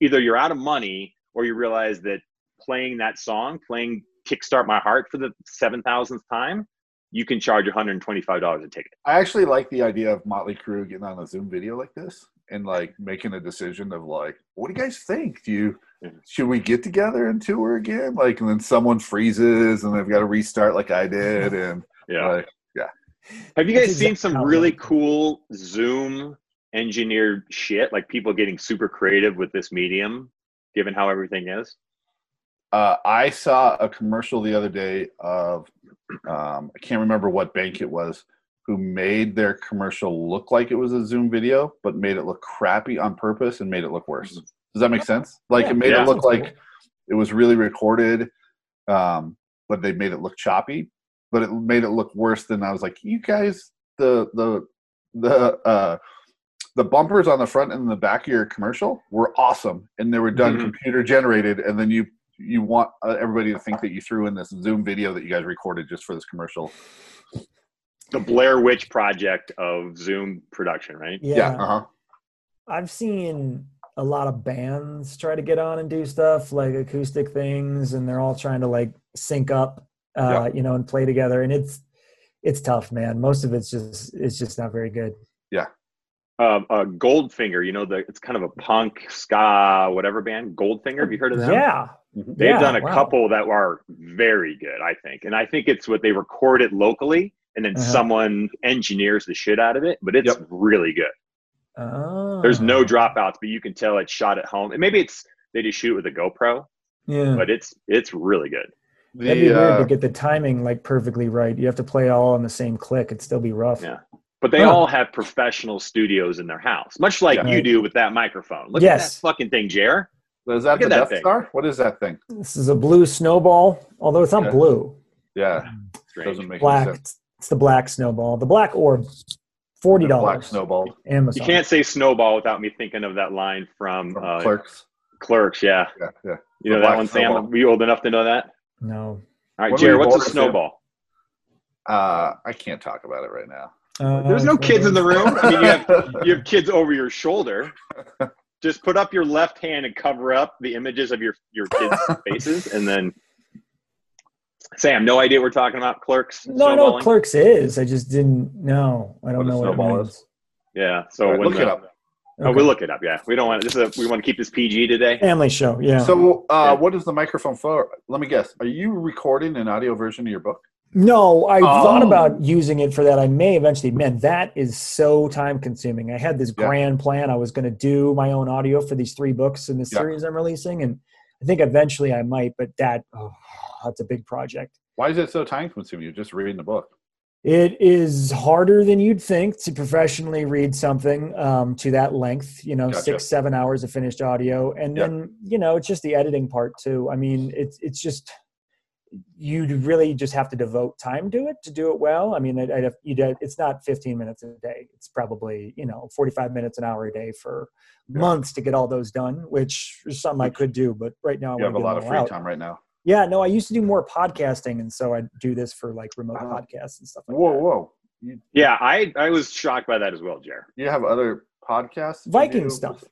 Speaker 1: Either you're out of money, or you realize that playing that song, playing "Kickstart My Heart" for the seven thousandth time, you can charge 125 dollars a ticket.
Speaker 2: I actually like the idea of Motley Crue getting on a Zoom video like this and like making a decision of like, what do you guys think? Do you should we get together and tour again? Like, and then someone freezes and they've got to restart like I did, and like,
Speaker 1: Have you
Speaker 3: That's
Speaker 1: guys seen some
Speaker 3: exactly how it
Speaker 1: really
Speaker 3: works.
Speaker 1: cool Zoom engineered shit? Like people getting super creative with this medium, given how everything is.
Speaker 2: uh, I saw a commercial the other day of um, I can't remember what bank it was who made their commercial look like it was a Zoom video, but made it look crappy on purpose and made it look worse. Does that make sense? Like
Speaker 3: Yeah.
Speaker 2: it made
Speaker 1: Yeah.
Speaker 2: it look
Speaker 3: Sounds cool.
Speaker 2: like it was really recorded, um, but they made it look choppy. But it made it look worse than I was like, you guys, the the the uh, the bumpers on the front and the back of your commercial were awesome, and they were done
Speaker 1: Mhm.
Speaker 2: computer generated, and then you you want uh, everybody to think that you threw in this Zoom video that you guys recorded just for this commercial.
Speaker 1: The Blair Witch Project of Zoom production, right?
Speaker 2: Yeah,
Speaker 3: yeah.
Speaker 2: uh-huh.
Speaker 3: I've seen a lot of bands try to get on and do stuff like acoustic things, and they're all trying to like sync up, uh, you know, and play together. And it's it's tough, man. Most of it's just it's just not very good.
Speaker 1: Uh, uh, Goldfinger, you know, the it's kind of a punk ska whatever band. Goldfinger, have you heard of them?
Speaker 3: Yeah,
Speaker 1: They've
Speaker 3: Yeah,
Speaker 1: done a
Speaker 3: wow.
Speaker 1: couple that are very good, I think. And I think it's what they record it locally, and then
Speaker 3: Uh-huh.
Speaker 1: someone engineers the shit out of it. But it's
Speaker 2: Yep.
Speaker 1: really good.
Speaker 3: Oh.
Speaker 1: There's no dropouts, but you can tell it's shot at home. And maybe it's they just shoot it with a GoPro,
Speaker 3: Ah. Yeah,
Speaker 1: but it's it's really good.
Speaker 2: The,
Speaker 3: that'd be weird
Speaker 2: uh,
Speaker 3: to get the timing like perfectly right. You have to play all on the same click. It'd still be rough.
Speaker 1: Yeah. But they
Speaker 3: Huh.
Speaker 1: all have professional studios in their house, much like
Speaker 2: Yeah.
Speaker 1: you do with that microphone. Look
Speaker 3: Yes.
Speaker 1: at that fucking thing, Jer.
Speaker 2: is that
Speaker 1: Look at
Speaker 2: the
Speaker 1: that
Speaker 2: Death
Speaker 1: thing.
Speaker 2: Star? What is that thing?
Speaker 3: This is a blue snowball, although it's not
Speaker 2: Yeah.
Speaker 3: blue.
Speaker 2: Yeah,
Speaker 1: Strange.
Speaker 2: doesn't make any
Speaker 3: Black.
Speaker 2: sense.
Speaker 3: It's, it's the black snowball. The black orb. Forty
Speaker 2: Black
Speaker 3: dollars.
Speaker 2: snowball.
Speaker 1: You
Speaker 3: Amazon.
Speaker 1: can't say snowball without me thinking of that line from
Speaker 2: From
Speaker 1: uh,
Speaker 2: Clerks.
Speaker 1: Clerks. Yeah,
Speaker 2: Yeah, yeah.
Speaker 1: you know
Speaker 2: The
Speaker 1: that
Speaker 2: black
Speaker 1: one, Sam.
Speaker 2: snowball.
Speaker 1: Were you old enough to know that?
Speaker 3: No.
Speaker 1: All right,
Speaker 2: What
Speaker 1: Jared,
Speaker 2: were you
Speaker 1: what's a
Speaker 2: born, Sam?
Speaker 1: snowball?
Speaker 2: Uh, I can't talk about it right now.
Speaker 3: Uh,
Speaker 1: There's no
Speaker 3: it's one of
Speaker 1: kids in the
Speaker 3: those-
Speaker 1: room. I mean, you
Speaker 2: [LAUGHS]
Speaker 1: have, [LAUGHS] you have kids over your shoulder. Just put up your left hand and cover up the images of your, your kids'
Speaker 3: [LAUGHS]
Speaker 1: faces. And then, Sam, no idea what we're talking about. Clerks.
Speaker 3: No, I know
Speaker 1: snowballing?
Speaker 3: what Clerks is. I just didn't know. I don't
Speaker 2: What a
Speaker 3: know what it
Speaker 2: snowball
Speaker 3: means.
Speaker 1: Yeah. So
Speaker 2: All right,
Speaker 1: when
Speaker 2: look
Speaker 1: the-
Speaker 2: it up.
Speaker 1: Oh,
Speaker 3: Okay.
Speaker 1: we'll look it up. Yeah, we don't want this. Is a, we want to keep this PG today.
Speaker 3: Family show. Yeah.
Speaker 2: So,
Speaker 1: Yeah.
Speaker 2: uh, what is the microphone for? Let me guess. Are you recording an audio version of your book?
Speaker 3: No, I thought
Speaker 1: Oh.
Speaker 3: about using it for that. I may eventually. Man, that is so time consuming. I had this
Speaker 2: Yeah.
Speaker 3: grand plan. I was going to do my own audio for these three books in the
Speaker 2: Yeah.
Speaker 3: series I'm releasing, and I think eventually I might. But that oh, that's a big project.
Speaker 2: Why is it so time consuming? You're just reading the book.
Speaker 3: It is harder than you'd think to professionally read something um, to that length, you know,
Speaker 2: Gotcha.
Speaker 3: six, seven hours of finished audio. And
Speaker 2: Yeah.
Speaker 3: then, you know, it's just the editing part too. I mean, it's, it's just, you'd really just have to devote time to it to do it well. I mean, I'd, I'd have, you'd have, it's not 15 minutes a day. It's probably, you know, 45 minutes an hour a day for
Speaker 2: Yeah.
Speaker 3: months to get all those done, which is something I could do, but right now I
Speaker 2: You
Speaker 3: want
Speaker 2: have
Speaker 3: to
Speaker 2: a
Speaker 3: get
Speaker 2: lot
Speaker 3: them
Speaker 2: of
Speaker 3: all
Speaker 2: free
Speaker 3: out.
Speaker 2: time right now.
Speaker 3: Yeah, no, I used to do more podcasting, and so I do this for like remote
Speaker 2: Oh.
Speaker 3: podcasts and stuff like
Speaker 2: Whoa,
Speaker 3: that.
Speaker 2: whoa! You,
Speaker 1: Yeah, I I was shocked by that as well, Jer.
Speaker 2: you have other podcasts, that you
Speaker 3: Viking
Speaker 2: do?
Speaker 3: stuff.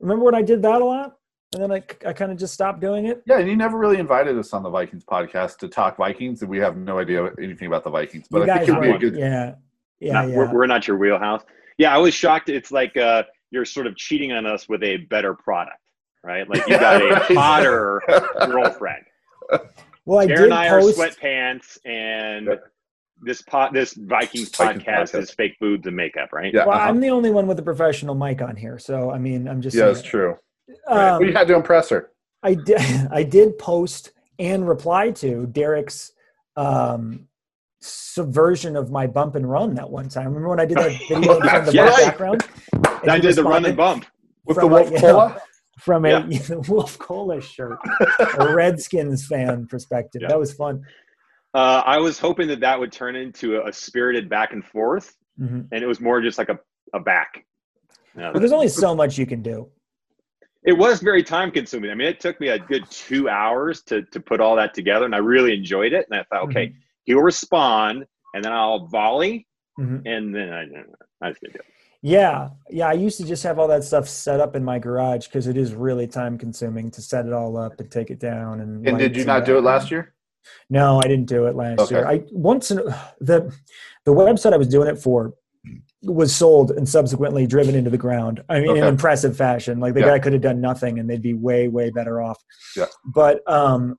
Speaker 3: Remember when I did that a lot, and then I, I kind of just stopped doing it.
Speaker 2: Yeah, and you never really invited us on the Vikings podcast to talk Vikings, and we have no idea anything about the Vikings. But
Speaker 3: you
Speaker 2: I think
Speaker 3: guys
Speaker 2: it'd be a
Speaker 3: weren't-
Speaker 2: good.
Speaker 3: yeah, yeah,
Speaker 1: Not-
Speaker 3: yeah.
Speaker 1: We're, we're not your wheelhouse. Yeah, I was shocked. It's like uh, you're sort of cheating on us with a better product, right? Like you
Speaker 3: [LAUGHS]
Speaker 1: got
Speaker 2: Yeah, right.
Speaker 1: a hotter girlfriend.
Speaker 3: well, I
Speaker 1: Jer
Speaker 3: did
Speaker 1: and I
Speaker 3: post.
Speaker 1: are sweatpants, and
Speaker 2: Yeah.
Speaker 1: this pot this Vikings
Speaker 2: Vikings
Speaker 1: podcast
Speaker 2: podcast.
Speaker 1: is fake boobs and makeup, right?
Speaker 2: [LAUGHS] Yeah,
Speaker 3: well,
Speaker 2: uh-huh.
Speaker 3: I'm the only one with a professional mic on here, so I mean, I'm just.
Speaker 2: yeah,
Speaker 3: saying.
Speaker 2: that's true.
Speaker 3: Um,
Speaker 2: we had to impress her.
Speaker 3: I did. [LAUGHS] I did post and reply to Derek's um, subversion of my bump and run that one time. Remember when I
Speaker 2: [LAUGHS]
Speaker 3: did that video in front of the
Speaker 1: Yeah.
Speaker 3: background? And
Speaker 1: I
Speaker 3: he
Speaker 1: did the run
Speaker 3: responded?
Speaker 1: and bump.
Speaker 2: With
Speaker 3: From
Speaker 2: the
Speaker 3: like,
Speaker 2: wolf
Speaker 3: you know,
Speaker 2: cola?
Speaker 3: [LAUGHS] from a Wolf Cola shirt, a Redskins fan perspective.
Speaker 1: Yeah.
Speaker 3: That was fun.
Speaker 1: Uh, I was hoping that that would turn into a, a spirited back and forth,
Speaker 3: Mhm.
Speaker 1: and it was more just like a a back. Yeah,
Speaker 3: But there's only so much you can do.
Speaker 1: it was very time consuming. I mean, it took me a good two hours to to put all that together, and I really enjoyed it. And I thought,
Speaker 3: Mm-hmm.
Speaker 1: okay, he'll respond, and then I'll volley,
Speaker 3: Mhm.
Speaker 1: and then I, I just didn't do it.
Speaker 3: Yeah, yeah. I used to just have all that stuff set up in my garage because it is really time consuming to set it all up and take it down. And,
Speaker 2: And did
Speaker 3: lights
Speaker 2: you not do it last year?
Speaker 3: No, I didn't do it last
Speaker 2: Okay.
Speaker 3: year. I once in, [SIGHS] the the website I was doing it for was sold and subsequently driven into the ground. I mean, in
Speaker 2: Okay.
Speaker 3: impressive fashion. Like the
Speaker 2: Yeah.
Speaker 3: guy could have done nothing, and they'd be way, way better off.
Speaker 2: Yeah.
Speaker 3: But um,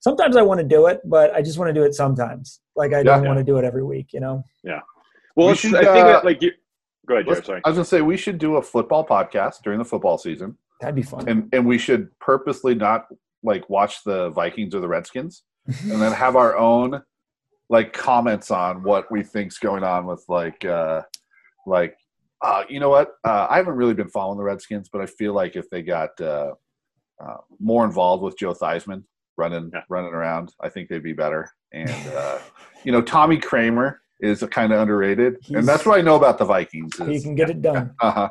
Speaker 3: sometimes I want to do it, but I just want to do it sometimes. Like I don't
Speaker 2: Yeah.
Speaker 3: want to do it every week. You know?
Speaker 1: Well,
Speaker 2: We
Speaker 1: it's-
Speaker 2: should,
Speaker 1: I think
Speaker 2: uh,
Speaker 1: that like you. Go ahead, Jared.
Speaker 2: Let's-
Speaker 1: Sorry.
Speaker 2: I was gonna say we should do a football podcast during the football season,
Speaker 3: That'd be fun.
Speaker 2: and and we should purposely not like watch the Vikings or the Redskins, and then have our own like comments on what we think's going on with like uh like uh you know what uh, I haven't really been following the Redskins, but I feel like if they got uh, uh more involved with Joe Theismann running
Speaker 1: Yeah.
Speaker 2: running around, I think they'd be better. And uh, [LAUGHS] you know Tommy Kramer is kind of underrated, and that's
Speaker 3: He's-
Speaker 2: what I know about the Vikings. Is,
Speaker 3: you can get it done.
Speaker 2: uh huh.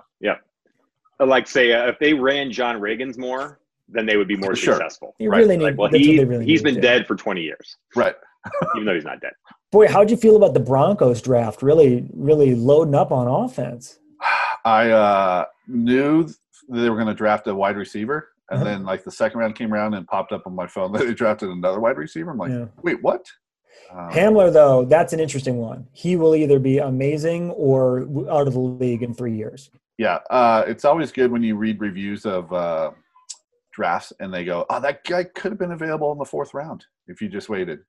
Speaker 1: Like say, uh, if they ran John Reagan's more, then they would be more
Speaker 2: Sure.
Speaker 1: successful.
Speaker 3: They really need-
Speaker 1: Like, well,
Speaker 3: that's what
Speaker 1: he
Speaker 3: they really
Speaker 1: he's been
Speaker 3: need, yeah.
Speaker 1: dead for twenty years,
Speaker 2: Right.
Speaker 1: even though he's not
Speaker 3: [LAUGHS]
Speaker 1: dead.
Speaker 3: Boy, how'd you feel about the Broncos draft? Really, really loading up on offense.
Speaker 2: I uh, knew th- they were going to draft a wide receiver, and
Speaker 3: Uh-huh.
Speaker 2: then like the second round came around and popped up on my phone [LAUGHS] that they drafted another wide receiver. I'm like,
Speaker 3: Yeah.
Speaker 2: wait, what? Um,
Speaker 3: Hamler, though, that's an interesting one. He will either be amazing or w- out of the league in three years.
Speaker 2: yeah, uh, it's always good when you read reviews of uh, drafts, and they go, "Oh, that guy could have been available in the fourth round if you just waited."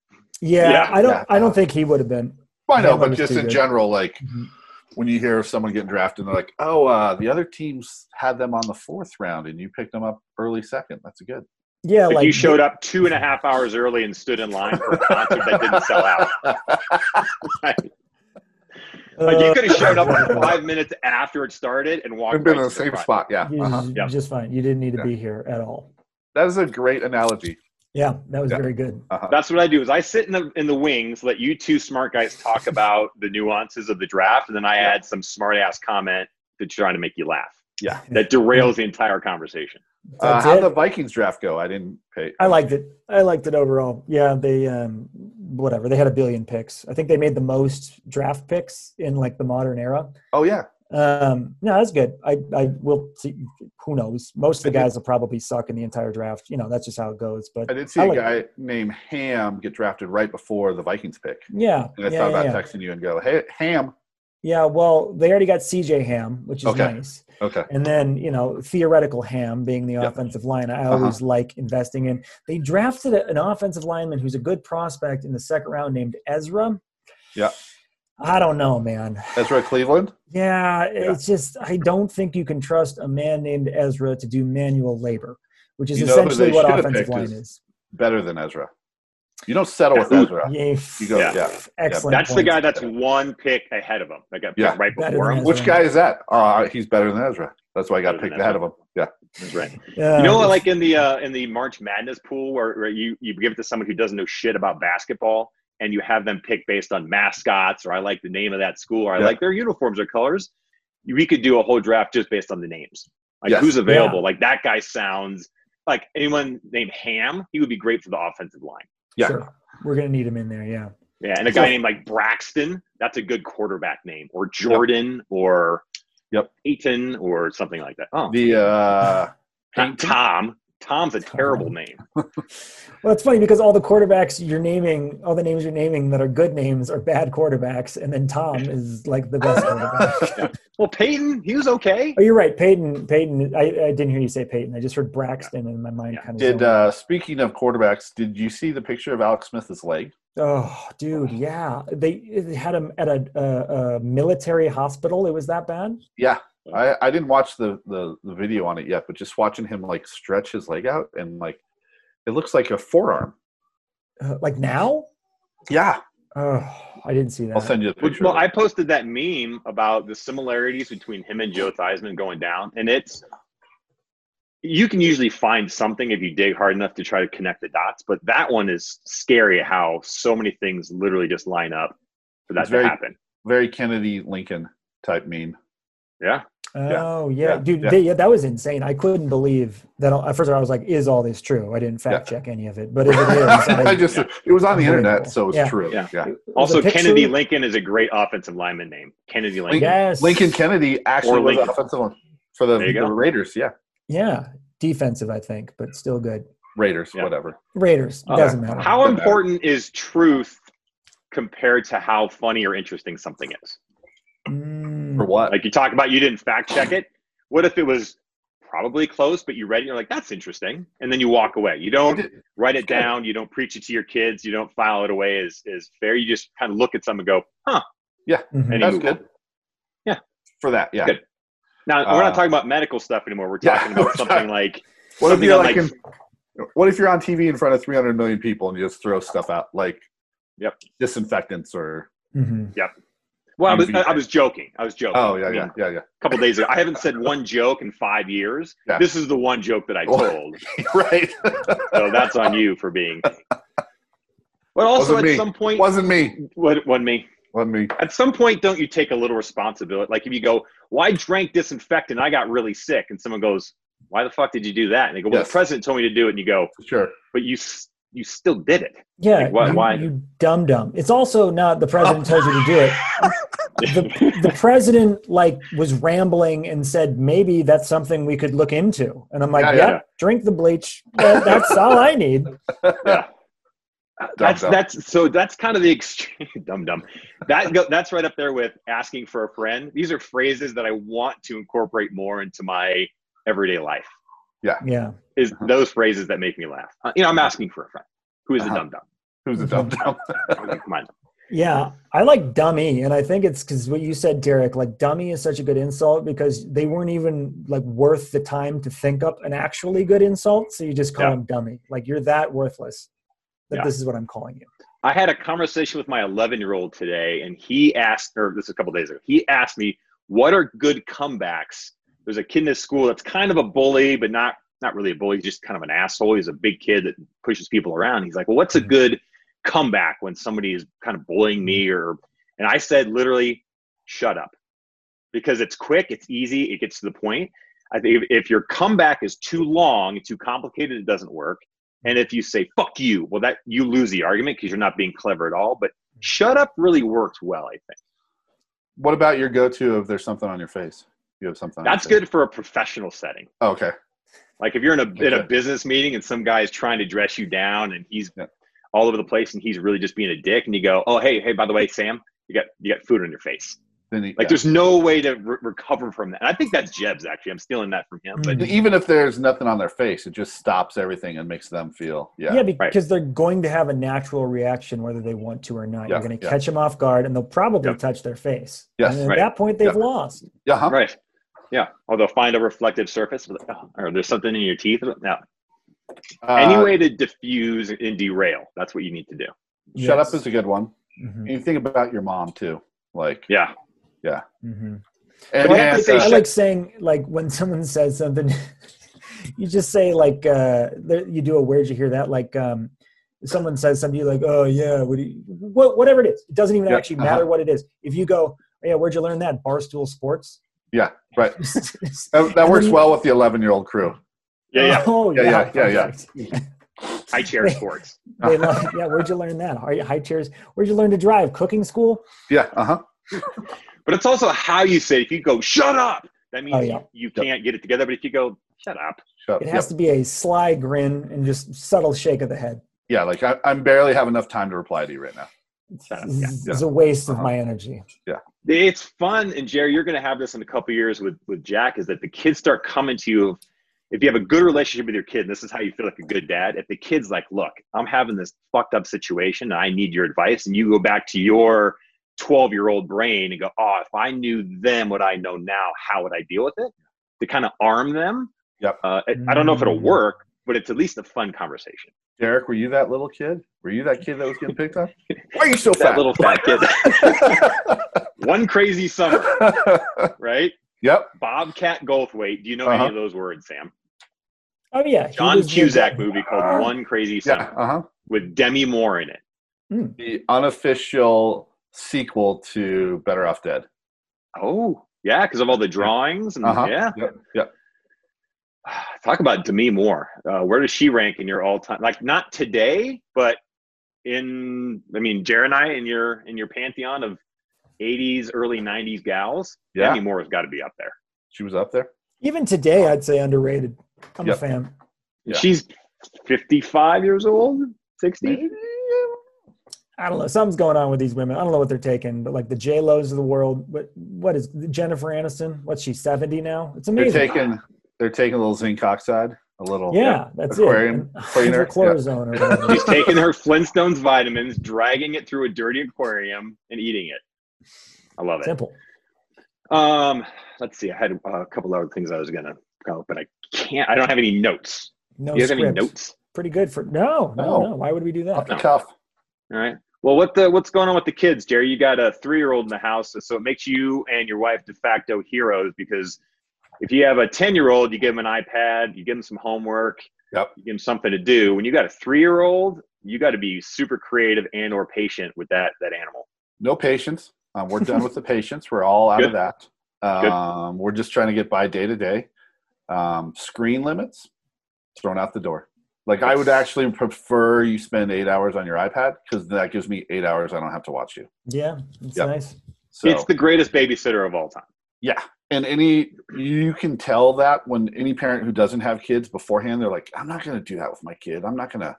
Speaker 3: Yeah,
Speaker 1: Yeah,
Speaker 3: I don't.
Speaker 2: yeah. Mm-hmm.
Speaker 3: I don't think he would have been.
Speaker 2: I know, but
Speaker 3: Hamler's
Speaker 2: just
Speaker 3: too
Speaker 2: in
Speaker 3: good.
Speaker 2: general, like
Speaker 3: Mhm.
Speaker 2: when you hear of someone getting drafted, they're like, "Oh, uh, the other teams had them on the fourth round, and you picked them up early second. That's good."
Speaker 3: Yeah,
Speaker 1: Like,
Speaker 3: like
Speaker 1: you showed up two and a half hours early and stood in line for a concert that didn't sell
Speaker 2: [LAUGHS]
Speaker 1: out.
Speaker 3: [LAUGHS] uh,
Speaker 1: Like you could have showed up
Speaker 3: [LAUGHS]
Speaker 1: five minutes after it started and walked.
Speaker 2: We've been
Speaker 1: right
Speaker 2: in the
Speaker 1: to
Speaker 2: same
Speaker 1: front.
Speaker 2: spot. Yeah.
Speaker 3: you
Speaker 2: Uh-huh.
Speaker 3: just,
Speaker 1: Yeah.
Speaker 3: just fine. You didn't need to
Speaker 2: Yeah.
Speaker 3: be here at all.
Speaker 2: That is a great analogy.
Speaker 3: Yeah, that was
Speaker 2: Yeah.
Speaker 3: very good.
Speaker 1: That's what I do. Is I sit in the in the wings, let you two smart guys talk about the nuances of the draft, and then I add some smart ass comment to try to make you laugh.
Speaker 2: Yeah.
Speaker 1: that derails the entire conversation.
Speaker 2: Uh,
Speaker 3: That's
Speaker 2: how'd
Speaker 3: it.
Speaker 2: the Vikings draft go? I didn't pay.
Speaker 3: I liked it. I liked it overall. Yeah, they um, whatever. They had a billion picks. I think they made the most draft picks in like the modern era.
Speaker 2: Oh yeah,
Speaker 3: Um, no, that's good. I I will see. Who knows? Most of the
Speaker 2: I did-
Speaker 3: guys will probably suck in the entire draft. You know, that's just how it goes. But
Speaker 2: I did see
Speaker 3: I
Speaker 2: a
Speaker 3: like-
Speaker 2: guy named Ham get drafted right before the Vikings pick,
Speaker 3: yeah,
Speaker 2: and I
Speaker 3: yeah,
Speaker 2: thought
Speaker 3: yeah,
Speaker 2: about
Speaker 3: yeah.
Speaker 2: texting you and go, "Hey, Ham."
Speaker 3: Yeah, well, they already got C.J. Ham, which is
Speaker 2: Okay.
Speaker 3: nice.
Speaker 2: Okay.
Speaker 3: And then, you know, theoretical ham being the
Speaker 2: Yep.
Speaker 3: offensive line, I
Speaker 2: Uh-huh.
Speaker 3: always like investing in. They drafted a- an offensive lineman who's a good prospect in the second round named Ezra.
Speaker 2: Yeah.
Speaker 3: I don't know, man.
Speaker 2: Ezra Cleveland.
Speaker 3: Yeah, it's just, I don't think you can trust a man named Ezra to do manual labor, which is
Speaker 2: You know who
Speaker 3: essentially
Speaker 2: they
Speaker 3: what
Speaker 2: should have
Speaker 3: offensive
Speaker 2: picked
Speaker 3: line
Speaker 2: is-
Speaker 3: is.
Speaker 2: better than Ezra. You don't settle
Speaker 1: [LAUGHS]
Speaker 2: with
Speaker 1: Yeah.
Speaker 2: Ezra.
Speaker 3: Yeah,
Speaker 2: You go,
Speaker 1: Yeah.
Speaker 2: yeah.
Speaker 3: excellent.
Speaker 1: That's the
Speaker 3: point.
Speaker 1: guy that's one pick ahead of him. That got picked
Speaker 2: Yeah.
Speaker 1: right
Speaker 3: Better
Speaker 1: before
Speaker 3: than
Speaker 1: him.
Speaker 3: Ezra.
Speaker 2: Which guy is that? Uh, he's better than Ezra. That's why I got
Speaker 1: Better than
Speaker 2: picked ahead of
Speaker 1: Ezra.
Speaker 2: him. Yeah.
Speaker 1: That's right.
Speaker 3: Yeah,
Speaker 1: You know,
Speaker 3: it's-
Speaker 1: like in the uh, in the March Madness pool, where, where you you give it to someone who doesn't know shit about basketball, and you have them pick based on mascots, or I like the name of that school, or I
Speaker 2: Yeah.
Speaker 1: like their uniforms or colors. You- We could do a whole draft just based on the names, like
Speaker 2: Yes.
Speaker 1: who's available. Like that guy sounds like anyone named Ham. He would be great for the offensive line.
Speaker 2: Yeah.
Speaker 3: sure. We're going to need him in there. Yeah.
Speaker 1: Yeah, and a
Speaker 2: So-
Speaker 1: guy named like Braxton. That's a good quarterback name, or Jordan, or
Speaker 2: Yep.
Speaker 1: Peyton, or something like that. Oh,
Speaker 2: The uh,
Speaker 3: [LAUGHS]
Speaker 1: not Tom. Tom's a
Speaker 3: Tom.
Speaker 1: terrible name.
Speaker 3: Well, it's funny because all the quarterbacks you're naming, all the names you're naming that are good names are bad quarterbacks, and then Tom is like the best quarterback.
Speaker 2: [LAUGHS]
Speaker 1: Well, Peyton, he was okay.
Speaker 3: Oh, you're right, Peyton. Peyton. I, I didn't hear you say Peyton. I just heard Braxton, and my mind
Speaker 1: Yeah.
Speaker 3: kind of
Speaker 2: did uh, speaking of quarterbacks, did you see the picture of Alex Smith's leg?
Speaker 3: oh, dude, yeah. They, they had him at a, a, a military hospital. It was that bad.
Speaker 2: Yeah. I, I didn't watch the, the the video on it yet, but just watching him like stretch his leg out and like it looks like a forearm.
Speaker 3: Uh, like now?
Speaker 2: Yeah.
Speaker 3: Oh, I didn't see that.
Speaker 2: I'll send you the
Speaker 1: Well,
Speaker 2: picture.
Speaker 1: well,
Speaker 2: of it.
Speaker 1: I posted that meme about the similarities between him and Joe Theismann going down, and it's you can usually find something if you dig hard enough to try to connect the dots. But that one is scary how so many things literally just line up for that
Speaker 2: It's very-
Speaker 1: to happen.
Speaker 2: very Kennedy Lincoln type meme.
Speaker 1: Yeah,
Speaker 3: Oh yeah,
Speaker 2: yeah,
Speaker 3: dude,
Speaker 2: yeah.
Speaker 3: They, yeah, that was insane. I couldn't believe that. All, at first, I was like, "Is all this true?" I didn't fact check any of [LAUGHS] it,
Speaker 2: [LAUGHS]
Speaker 3: but if it is, I,
Speaker 2: I just it was on the internet,
Speaker 3: Unbelievable.
Speaker 2: so it's
Speaker 3: Yeah.
Speaker 2: true.
Speaker 1: Yeah.
Speaker 2: yeah.
Speaker 3: it was a
Speaker 1: Also,
Speaker 3: picture-
Speaker 1: Kennedy Lincoln is a great offensive lineman name. Kennedy Lincoln.
Speaker 3: Yes,
Speaker 2: Lincoln Kennedy actually
Speaker 1: Or Lincoln.
Speaker 2: was offensive line for the,
Speaker 1: There you go.
Speaker 2: the Raiders. Yeah,
Speaker 3: Yeah, defensive, I think, but still good.
Speaker 2: Raiders,
Speaker 1: Yeah.
Speaker 2: whatever.
Speaker 3: Raiders
Speaker 1: Okay.
Speaker 3: doesn't matter.
Speaker 1: How
Speaker 2: Doesn't matter.
Speaker 1: important is truth compared to how funny or interesting something is?
Speaker 3: Mm,
Speaker 2: For what?
Speaker 1: Like you talk about, you didn't fact check it. What if it was probably close, but you read it and you're like, that's interesting. And then you walk away. You don't write it
Speaker 2: Good.
Speaker 1: down. You don't preach it to your kids. You don't file it away as, as fair. You just kind of look at something and go, huh.
Speaker 3: mhm.
Speaker 1: And
Speaker 2: That's
Speaker 1: you move
Speaker 2: good.
Speaker 1: Yeah.
Speaker 2: for that. Yeah.
Speaker 1: Good. Now, we're not
Speaker 2: Uh,
Speaker 1: talking about medical stuff anymore. We're
Speaker 2: Yeah.
Speaker 1: talking about
Speaker 2: [LAUGHS]
Speaker 1: something like,
Speaker 2: What if
Speaker 1: Something
Speaker 2: you're
Speaker 1: I
Speaker 2: like,
Speaker 1: like-
Speaker 2: in- what if you're on TV in front of 300 million people and you just throw stuff out like,
Speaker 1: Yep.
Speaker 2: disinfectants or
Speaker 3: Mhm.
Speaker 1: well, I was, I,
Speaker 2: UV.
Speaker 1: I was joking. I was joking.
Speaker 2: oh yeah
Speaker 1: I mean,
Speaker 2: yeah yeah yeah
Speaker 1: A couple days ago. I haven't said
Speaker 2: [LAUGHS]
Speaker 1: one joke in five years.
Speaker 2: Yeah.
Speaker 1: This is the one joke that I
Speaker 2: Well-
Speaker 1: told. [LAUGHS]
Speaker 2: right.
Speaker 1: So that's on you for
Speaker 2: [LAUGHS]
Speaker 1: being. But also
Speaker 2: Wasn't
Speaker 1: at
Speaker 2: me.
Speaker 1: some point,
Speaker 2: Wasn't me.
Speaker 1: what, what me?
Speaker 2: Wasn't me.
Speaker 1: at some point don't you take a little responsibility like if you go well i drank disinfectant i got really sick and someone goes why the fuck did you do that and they go well the
Speaker 2: Yes.
Speaker 1: president told me to do it and you go
Speaker 2: Sure.
Speaker 1: but you s- you still did it
Speaker 3: Yeah,
Speaker 1: Like, why-
Speaker 3: you,
Speaker 1: why?
Speaker 3: you dumb dumb. It's also not the president tells you to do it. The, the president like was rambling and said maybe that's something we could look into, and I'm like,
Speaker 2: Yeah,
Speaker 3: yeah,
Speaker 2: yeah,
Speaker 1: yeah.
Speaker 3: drink the bleach. That- that's all I need.
Speaker 1: yeah that's
Speaker 2: dumb.
Speaker 1: that's so that's kind of the extreme [LAUGHS] dumb dumb that go, that's right up there with asking for a friend these are phrases that i want to incorporate more into my everyday life
Speaker 3: Yeah,
Speaker 1: is
Speaker 2: Uh-huh.
Speaker 1: those phrases that make me laugh Uh, you know i'm asking for a friend who is a
Speaker 2: Uh-huh.
Speaker 1: dumb dumb [LAUGHS]
Speaker 2: Who's a dumb dumb?
Speaker 1: come on
Speaker 3: yeah. I like dummy, and I think it's because what you said, Derek. Like dummy is such a good insult because they weren't even like worth the time to think up an actually good insult. So you just call
Speaker 1: Yeah.
Speaker 3: them dummy. Like you're that worthless. That
Speaker 1: Yeah.
Speaker 3: this is what I'm calling you.
Speaker 1: I had a conversation with my 11 year old today, and he asked, or this is a couple days ago, he asked me, "What are good comebacks?" There's a kid in this school that's kind of a bully, but not not really a bully. He's just kind of an asshole. He's a big kid that pushes people around. He's like, "Well, what's a good comeback when somebody is kind of bullying me?" Or and I said, literally, "Shut up," because it's quick, it's easy, it gets to the point. I think if, if your comeback is too long, too complicated, it doesn't work. And if you say "fuck you," well, that you lose the argument because you're not being clever at all. But "shut up" really worked well, I think.
Speaker 2: What about your go-to if there's something on your face? You have something. on your
Speaker 1: That's
Speaker 2: face.
Speaker 1: good for a professional setting.
Speaker 2: Oh, okay.
Speaker 1: Like if you're in a in a
Speaker 2: Okay.
Speaker 1: business meeting and some guy is trying to dress you down and he's
Speaker 2: Yeah.
Speaker 1: all over the place and he's really just being a dick, and you go, "Oh, hey, hey, by the way, Sam, you got you got food on your face."
Speaker 2: Then you-
Speaker 1: Like
Speaker 2: yeah.
Speaker 1: there's no way to re- recover from that. And I think that's Jeb's actually. I'm stealing that from him. But
Speaker 3: Mm.
Speaker 2: even if there's nothing on their face, it just stops everything and makes them feel yeah.
Speaker 3: Yeah, because they're going to have a natural reaction whether they want to or not.
Speaker 2: Yeah,
Speaker 3: You're going to
Speaker 2: yeah.
Speaker 3: catch them off guard, and they'll probably
Speaker 1: Yeah.
Speaker 3: touch their face.
Speaker 2: Yes,
Speaker 3: and at
Speaker 1: right.
Speaker 3: that point, they've
Speaker 2: Yeah.
Speaker 3: lost.
Speaker 2: Yeah, huh?
Speaker 1: right, yeah. Or they'll find a reflective surface, but, oh, or there's something in your teeth. No,
Speaker 2: Uh,
Speaker 1: any way to diffuse and derail. That's what you need to do.
Speaker 2: shut
Speaker 3: Yes.
Speaker 2: up is a good one.
Speaker 3: Mhm,
Speaker 2: You think about your mom too, like
Speaker 1: Yeah,
Speaker 3: mhm.
Speaker 2: and,
Speaker 1: Well, I
Speaker 2: and,
Speaker 1: think they
Speaker 2: uh,
Speaker 3: I like saying like when [LAUGHS] someone says something, [LAUGHS] you just say like uh, there- you do a where'd you hear that like um, someone says something you like oh yeah what do you, what whatever it is it doesn't even
Speaker 2: Yeah,
Speaker 3: actually
Speaker 2: uh-huh.
Speaker 3: matter what it is if you go "Oh, yeah where'd you learn that barstool sports [LAUGHS]
Speaker 2: yeah, right.
Speaker 3: that,
Speaker 2: That, that works well with the 11 year old crew.
Speaker 1: yeah,
Speaker 3: [LAUGHS]
Speaker 1: yeah.
Speaker 3: oh
Speaker 2: Yeah,
Speaker 3: yeah
Speaker 2: yeah, yeah, yeah.
Speaker 3: perfect.
Speaker 1: I chair sports.
Speaker 3: They love, yeah, where'd you learn that? Are you high chairs? Where'd you learn to drive? Cooking school?
Speaker 2: Yeah, uh huh.
Speaker 1: But it's also how you say. it. If you go, "Shut up," that means
Speaker 3: Oh, yeah.
Speaker 1: you, you can't get it together. But if you go, "Shut up,"
Speaker 2: Shut
Speaker 3: It
Speaker 2: up.
Speaker 3: has to be a sly grin and just subtle shake of the head.
Speaker 2: Yeah, like I, I barely have enough time to reply to you right now.
Speaker 1: Shut up.
Speaker 3: This
Speaker 1: Yeah.
Speaker 3: is
Speaker 2: yeah.
Speaker 3: is a waste of
Speaker 2: Uh-huh.
Speaker 3: my energy.
Speaker 1: it's fun and jerry you're going to have this in a couple years with with jack is that the kids start coming to you if you have a good relationship with your kid and this is how you feel like a good dad if the kid's like look i'm having this fucked up situation and i need your advice and you go back to your 12 year old brain and go oh if i knew then what i know now how would i deal with it to kind of arm them
Speaker 2: Yep.
Speaker 1: uh, I- i don't know if it'll
Speaker 3: Mm.
Speaker 1: work but it's at least a fun conversation
Speaker 2: Derek, were you that little kid? Were you that kid that was getting picked on? Why are you so
Speaker 1: that
Speaker 2: fat?
Speaker 1: little fat
Speaker 2: [LAUGHS]
Speaker 1: kid one crazy summer right
Speaker 2: [LAUGHS] yep.
Speaker 1: bobcat goldthwait do you know
Speaker 2: Uh-huh.
Speaker 1: any of those words sam
Speaker 3: Oh yeah, he
Speaker 1: John
Speaker 3: was the
Speaker 1: Cusack
Speaker 3: guy-
Speaker 1: movie called One Crazy
Speaker 2: Yeah.
Speaker 1: Summer
Speaker 2: Uh huh.
Speaker 1: with Demi Moore in it.
Speaker 2: The unofficial sequel to Better Off Dead.
Speaker 1: Oh, yeah, because of all the drawings and
Speaker 2: Uh-huh.
Speaker 1: yeah.
Speaker 2: Yep. Yep.
Speaker 1: [SIGHS] Talk about Demi Moore. Uh, where does she rank in your all-time? Like not today, but in I mean, Jer and I in your in your pantheon of 80s, early 90s gals.
Speaker 2: Yeah.
Speaker 1: Demi Moore has got to be up there.
Speaker 2: She was up there.
Speaker 3: Even today, I'd say underrated. I'm
Speaker 2: Yep.
Speaker 3: a fan.
Speaker 2: Yeah.
Speaker 1: She's 55 years old, 60.
Speaker 3: I don't know. Something's going on with these women. I don't know what they're taking, but like the J Lo's of the world. What what is Jennifer Aniston? What's she seventy now? It's
Speaker 2: They're
Speaker 3: amazing.
Speaker 2: taking they're taking a little zinc oxide, a little
Speaker 3: yeah, that's [LAUGHS]
Speaker 2: aquarium
Speaker 3: it. And
Speaker 2: cleaner, yeah.
Speaker 3: hydrocortisone
Speaker 1: [LAUGHS]
Speaker 3: or whatever.
Speaker 1: She's taking her Flintstones vitamins, dragging it through a dirty aquarium, and eating it. I love it.
Speaker 3: Simple.
Speaker 1: Um, let's see. I had uh, a couple other things I was gonna go, but I can't. I don't have any notes.
Speaker 3: No
Speaker 1: Do you have
Speaker 3: script.
Speaker 1: any notes? Oh.
Speaker 3: Pretty good for no, no,
Speaker 2: No.
Speaker 3: no. Why would we do
Speaker 2: off
Speaker 3: that?
Speaker 2: the
Speaker 1: No.
Speaker 2: cuff.
Speaker 1: All right. Well, what the what's going on with the kids, Jerry? You got a three-year-old in the house, so it makes you and your wife de facto heroes because if you have a ten-year-old, you give them an iPad, you give them some homework,
Speaker 2: Yep.
Speaker 1: you give them something to do. When you got a three-year-old, you got to be super creative and or patient with that that animal.
Speaker 2: No patience. Um, we're done [LAUGHS] with the patience. We're all out of
Speaker 1: Good.
Speaker 2: that. Um, we're just trying to get by day to day. Um, screen limits thrown out the door. Like I would actually prefer you spend eight hours on your iPad because that gives me eight hours I don't have to watch you.
Speaker 3: Yeah, it's
Speaker 2: Yep.
Speaker 3: nice.
Speaker 2: So
Speaker 1: It's the greatest babysitter of all time.
Speaker 2: Yeah. And any, you can tell that when any parent who doesn't have kids beforehand, they're like, I'm not going to do that with my kid. I'm not going to,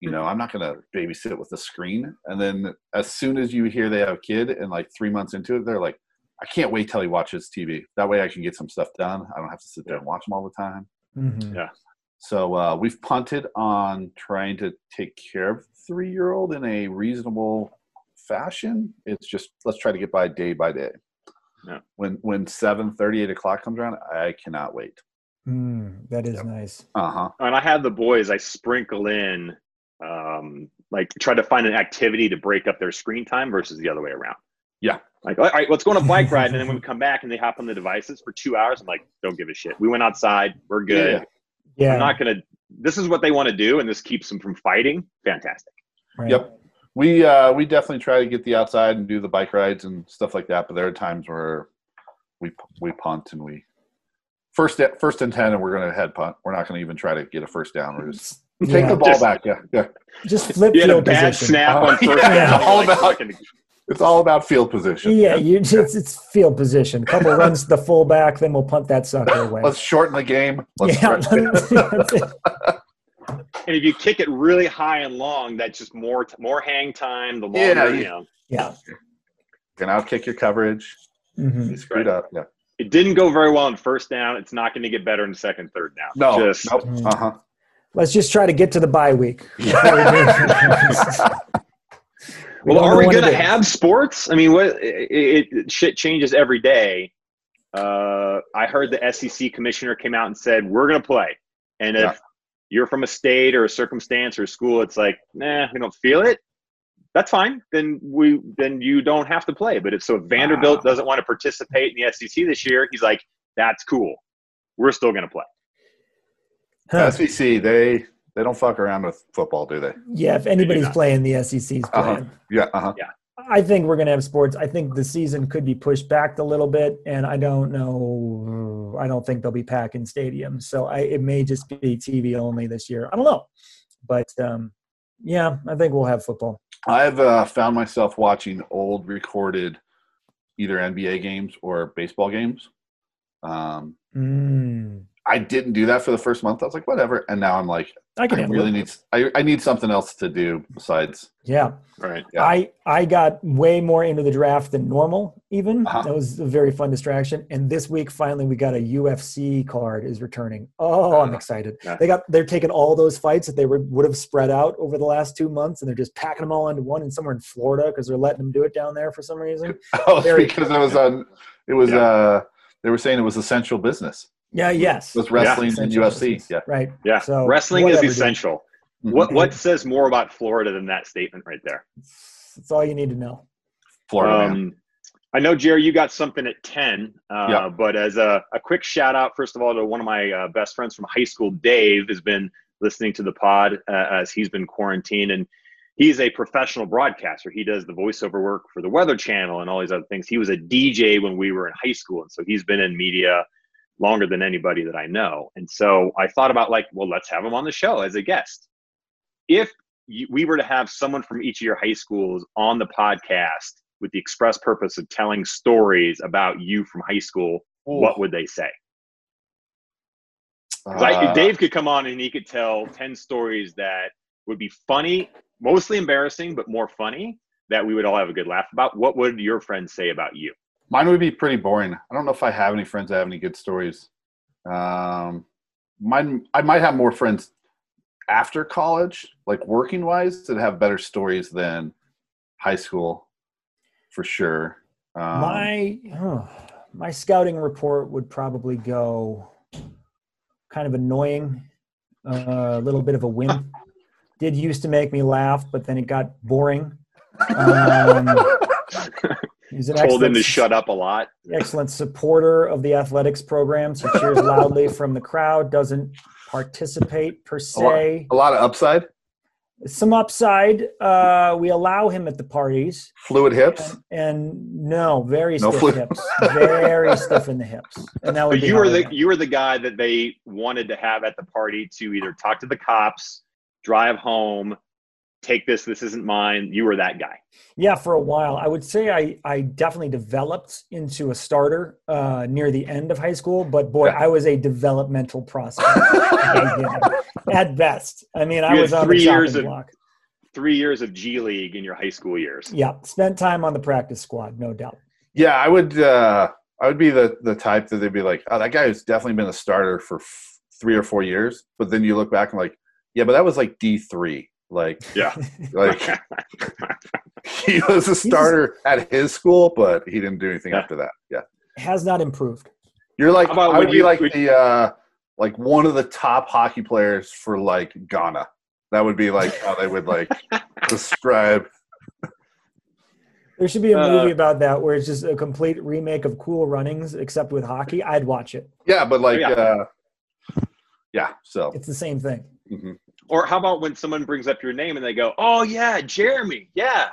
Speaker 2: you know, I'm not going to babysit with the screen. And then as soon as you hear they have a kid and like three months into it, they're like, I can't wait till he watches TV. That way I can get some stuff done. I don't have to sit there and watch him all the time.
Speaker 3: Mhm.
Speaker 2: So uh, we've punted on trying to take care of three year old in a reasonable fashion. It's just let's try to get by day by day.
Speaker 1: Yeah.
Speaker 2: When when seven thirty eight o'clock comes around, I cannot wait.
Speaker 3: Mm, that is nice.
Speaker 2: Uh huh.
Speaker 1: when I have the boys, I sprinkle in, um, like try to find an activity to break up their screen time versus the other way around.
Speaker 2: Yeah.
Speaker 1: Like, all right, let's go on a bike
Speaker 2: [LAUGHS]
Speaker 1: ride, and then when we come back and they hop on the devices for two hours, I'm like, don't give a shit. We went outside. We're good.
Speaker 2: Yeah.
Speaker 3: Yeah.
Speaker 1: I'm not gonna. This is what they want to do, and this keeps them from fighting. Fantastic.
Speaker 3: right.
Speaker 2: Yep. We uh, we definitely try to get the outside and do the bike rides and stuff like that. But there are times where we we punt and we first first and ten, and we're going to head punt. We're not going to even try to get a first down. We're just take
Speaker 3: Yeah.
Speaker 2: the ball
Speaker 1: Just-
Speaker 2: back. Yeah, yeah.
Speaker 3: Just flip
Speaker 1: You had a
Speaker 3: field
Speaker 1: bad
Speaker 3: position.
Speaker 1: snap on
Speaker 2: Oh,
Speaker 1: first
Speaker 2: [LAUGHS] yeah.
Speaker 1: down.
Speaker 2: All
Speaker 1: Like,
Speaker 2: about-
Speaker 1: fucking-
Speaker 2: It's all about field position.
Speaker 3: Yeah, you it's, it's field position. Couple runs to the fullback, then we'll punt
Speaker 2: [LAUGHS] [GASPS]
Speaker 3: that sucker away.
Speaker 2: Let's shorten the game. Let's
Speaker 3: yeah,
Speaker 2: stretch it.
Speaker 3: that's it.
Speaker 1: and if you kick it really high and long, that's just more t- more hang time. The longer,
Speaker 2: Yeah,
Speaker 1: you
Speaker 2: you-
Speaker 1: know,
Speaker 3: yeah.
Speaker 2: and outkick your coverage.
Speaker 3: hmm
Speaker 2: You screwed
Speaker 1: Right.
Speaker 2: up. Yeah.
Speaker 1: it didn't go very well in first down. It's not going to get better in second, third down.
Speaker 2: No.
Speaker 1: Just-
Speaker 2: nope.
Speaker 3: Mm.
Speaker 2: Uh
Speaker 3: [LAUGHS]
Speaker 2: huh.
Speaker 3: Let's just try to get to the bye week. We
Speaker 1: Well,
Speaker 3: don't know
Speaker 1: are we
Speaker 3: what it
Speaker 1: going to
Speaker 3: is.
Speaker 1: have sports? I mean, what it, it shit changes every day. Uh, I heard the SEC commissioner came out and said we're going to play, and if
Speaker 2: Yeah.
Speaker 1: you're from a state or a circumstance or a school, it's like, nah, we don't feel it. That's fine. Then we then you don't have to play. But if so, if Vanderbilt doesn't want to participate in the SEC this year, he's like, that's cool. We're still going to play.
Speaker 3: Huh.
Speaker 2: SEC. E They they don't fuck around with football, do they?
Speaker 3: Yeah, if anybody's
Speaker 1: not.
Speaker 3: playing, the E SEC's
Speaker 2: Uh-huh.
Speaker 3: playing.
Speaker 2: Yeah. Uh huh.
Speaker 3: I think we're going to have sports. I think the season could be pushed back a little bit, and I don't know. I don't think they'll be packing stadiums, so I, it may just be TV only this year. I don't know, but um, yeah, I think we'll have football.
Speaker 2: I've uh, found myself watching old recorded either NBA games or baseball games. Um,
Speaker 3: Mm,
Speaker 2: I didn't do that for the first month. I was like, whatever. And now I'm like,
Speaker 3: I can
Speaker 2: I
Speaker 3: handle
Speaker 2: really
Speaker 3: it.
Speaker 2: need I, I need something else to do besides [LAUGHS]
Speaker 3: Yeah,
Speaker 1: Right.
Speaker 2: Yeah.
Speaker 3: I I got way more into the draft than normal. Even
Speaker 2: Uh-huh.
Speaker 3: that was a very fun distraction. And this week, finally, we got a UFC card is returning. Oh, I'm
Speaker 2: Uh,
Speaker 3: excited!
Speaker 1: yeah.
Speaker 3: They got they're taking all those fights that they were, would have spread out over the last two months, and they're just packing them all into one. And somewhere in Florida because they're letting them do it down there for some reason.
Speaker 2: oh, it's
Speaker 3: Very-
Speaker 2: because it was on it was
Speaker 1: Yeah.
Speaker 2: uh they were saying it was essential business.
Speaker 3: Yeah. Yes.
Speaker 2: It was wrestling and
Speaker 3: Essential
Speaker 2: UFC.
Speaker 3: business.
Speaker 2: Yeah.
Speaker 3: Right.
Speaker 1: Yeah.
Speaker 3: So,
Speaker 1: Wrestling is
Speaker 3: whatever, dude.
Speaker 1: essential.
Speaker 2: Mhm.
Speaker 1: What
Speaker 2: [LAUGHS]
Speaker 1: what says more about Florida than that statement right there?
Speaker 3: That's all you need to know.
Speaker 2: Florida man.
Speaker 1: Um, I know, Jerry, you got something at 10, uh,
Speaker 2: Yeah.
Speaker 1: but as a, a quick shout out, first of all, to one of my uh, best friends from high school, Dave, has been listening to the pod uh, as he's been quarantined. And he's a professional broadcaster. He does the voiceover work for the Weather Channel and all these other things. He was a DJ when we were in high school. And so he's been in media longer than anybody that I know. And so I thought about, like, well, let's have him on the show as a guest. If you, we were to have someone from each of your high schools on the podcast with the express purpose of telling stories about you from high school, what would they say? 'Cause I,
Speaker 2: Uh,
Speaker 1: Dave could come on and he could tell 10 stories that would be funny, mostly embarrassing, but more funny that we would all have a good laugh about. What would your friends say about you? [LAUGHS]
Speaker 2: Mine would be pretty boring. I don't know if I have any friends that have any good stories. Um, mine, I might have more friends after college, like working wise, that have better stories than high school, for sure. Um,
Speaker 3: my huh, my scouting report would probably go kind of annoying uh, a little bit of a wimp did used to make me laugh but then it got boring um, he's
Speaker 1: [LAUGHS]
Speaker 3: an
Speaker 1: Told them
Speaker 3: excellent
Speaker 1: to
Speaker 3: s-
Speaker 1: shut up a lot.
Speaker 3: excellent supporter of the athletics programs he cheers loudly from the crowd doesn't participate per se
Speaker 2: a lot of upside,
Speaker 3: some upside uh, we allow him at the parties
Speaker 2: fluid
Speaker 3: [LAUGHS]
Speaker 2: hips.
Speaker 3: and, and no, very
Speaker 2: No
Speaker 3: stiff
Speaker 2: flu-
Speaker 3: hips.
Speaker 1: [LAUGHS]
Speaker 3: Very stiff in the hips. And that would
Speaker 1: But
Speaker 3: be
Speaker 1: you were the
Speaker 3: hard.
Speaker 1: you were the guy that they wanted to have at the party to either talk to the cops, drive home, take this, this isn't mine. You were that guy.
Speaker 3: yeah for a while. I would say I I definitely developed into a starter uh, near the end of high school, but boy,
Speaker 2: Yeah.
Speaker 3: I was a developmental process at the beginning, at best. I mean, I
Speaker 1: You had
Speaker 3: was on
Speaker 1: three
Speaker 3: the chopping
Speaker 1: years of-
Speaker 3: block.
Speaker 1: Three years of G League in your high school years.
Speaker 3: Yeah, spent time on the practice squad, no doubt.
Speaker 2: Yeah, I would. Uh, I would be the the type that they'd be like, "Oh, that guy has definitely been a starter for f- three or four years." But then you look back and like, "Yeah, but that was like D three, like,
Speaker 1: Yeah.
Speaker 2: [LAUGHS] like he was a starter at his school, but he didn't do anything
Speaker 1: Yeah.
Speaker 2: after that." Yeah,
Speaker 3: Has not improved.
Speaker 2: you're like,
Speaker 1: How about
Speaker 2: I
Speaker 1: when
Speaker 2: would be
Speaker 1: you-
Speaker 2: like
Speaker 1: when-
Speaker 2: the uh, like one of the top hockey players for like Ghana. That would be like how they
Speaker 1: [LAUGHS]
Speaker 2: would like describe.
Speaker 3: There should be a
Speaker 1: Uh,
Speaker 3: movie about that where it's just a complete remake of Cool Runnings, except with hockey. I'd watch it.
Speaker 2: Yeah, but like,
Speaker 1: Oh, Yeah.
Speaker 2: uh, yeah. So
Speaker 3: It's the same thing.
Speaker 2: mhm.
Speaker 1: [LAUGHS] Or how about when someone brings up your name and they go, "Oh yeah, Jeremy, yeah,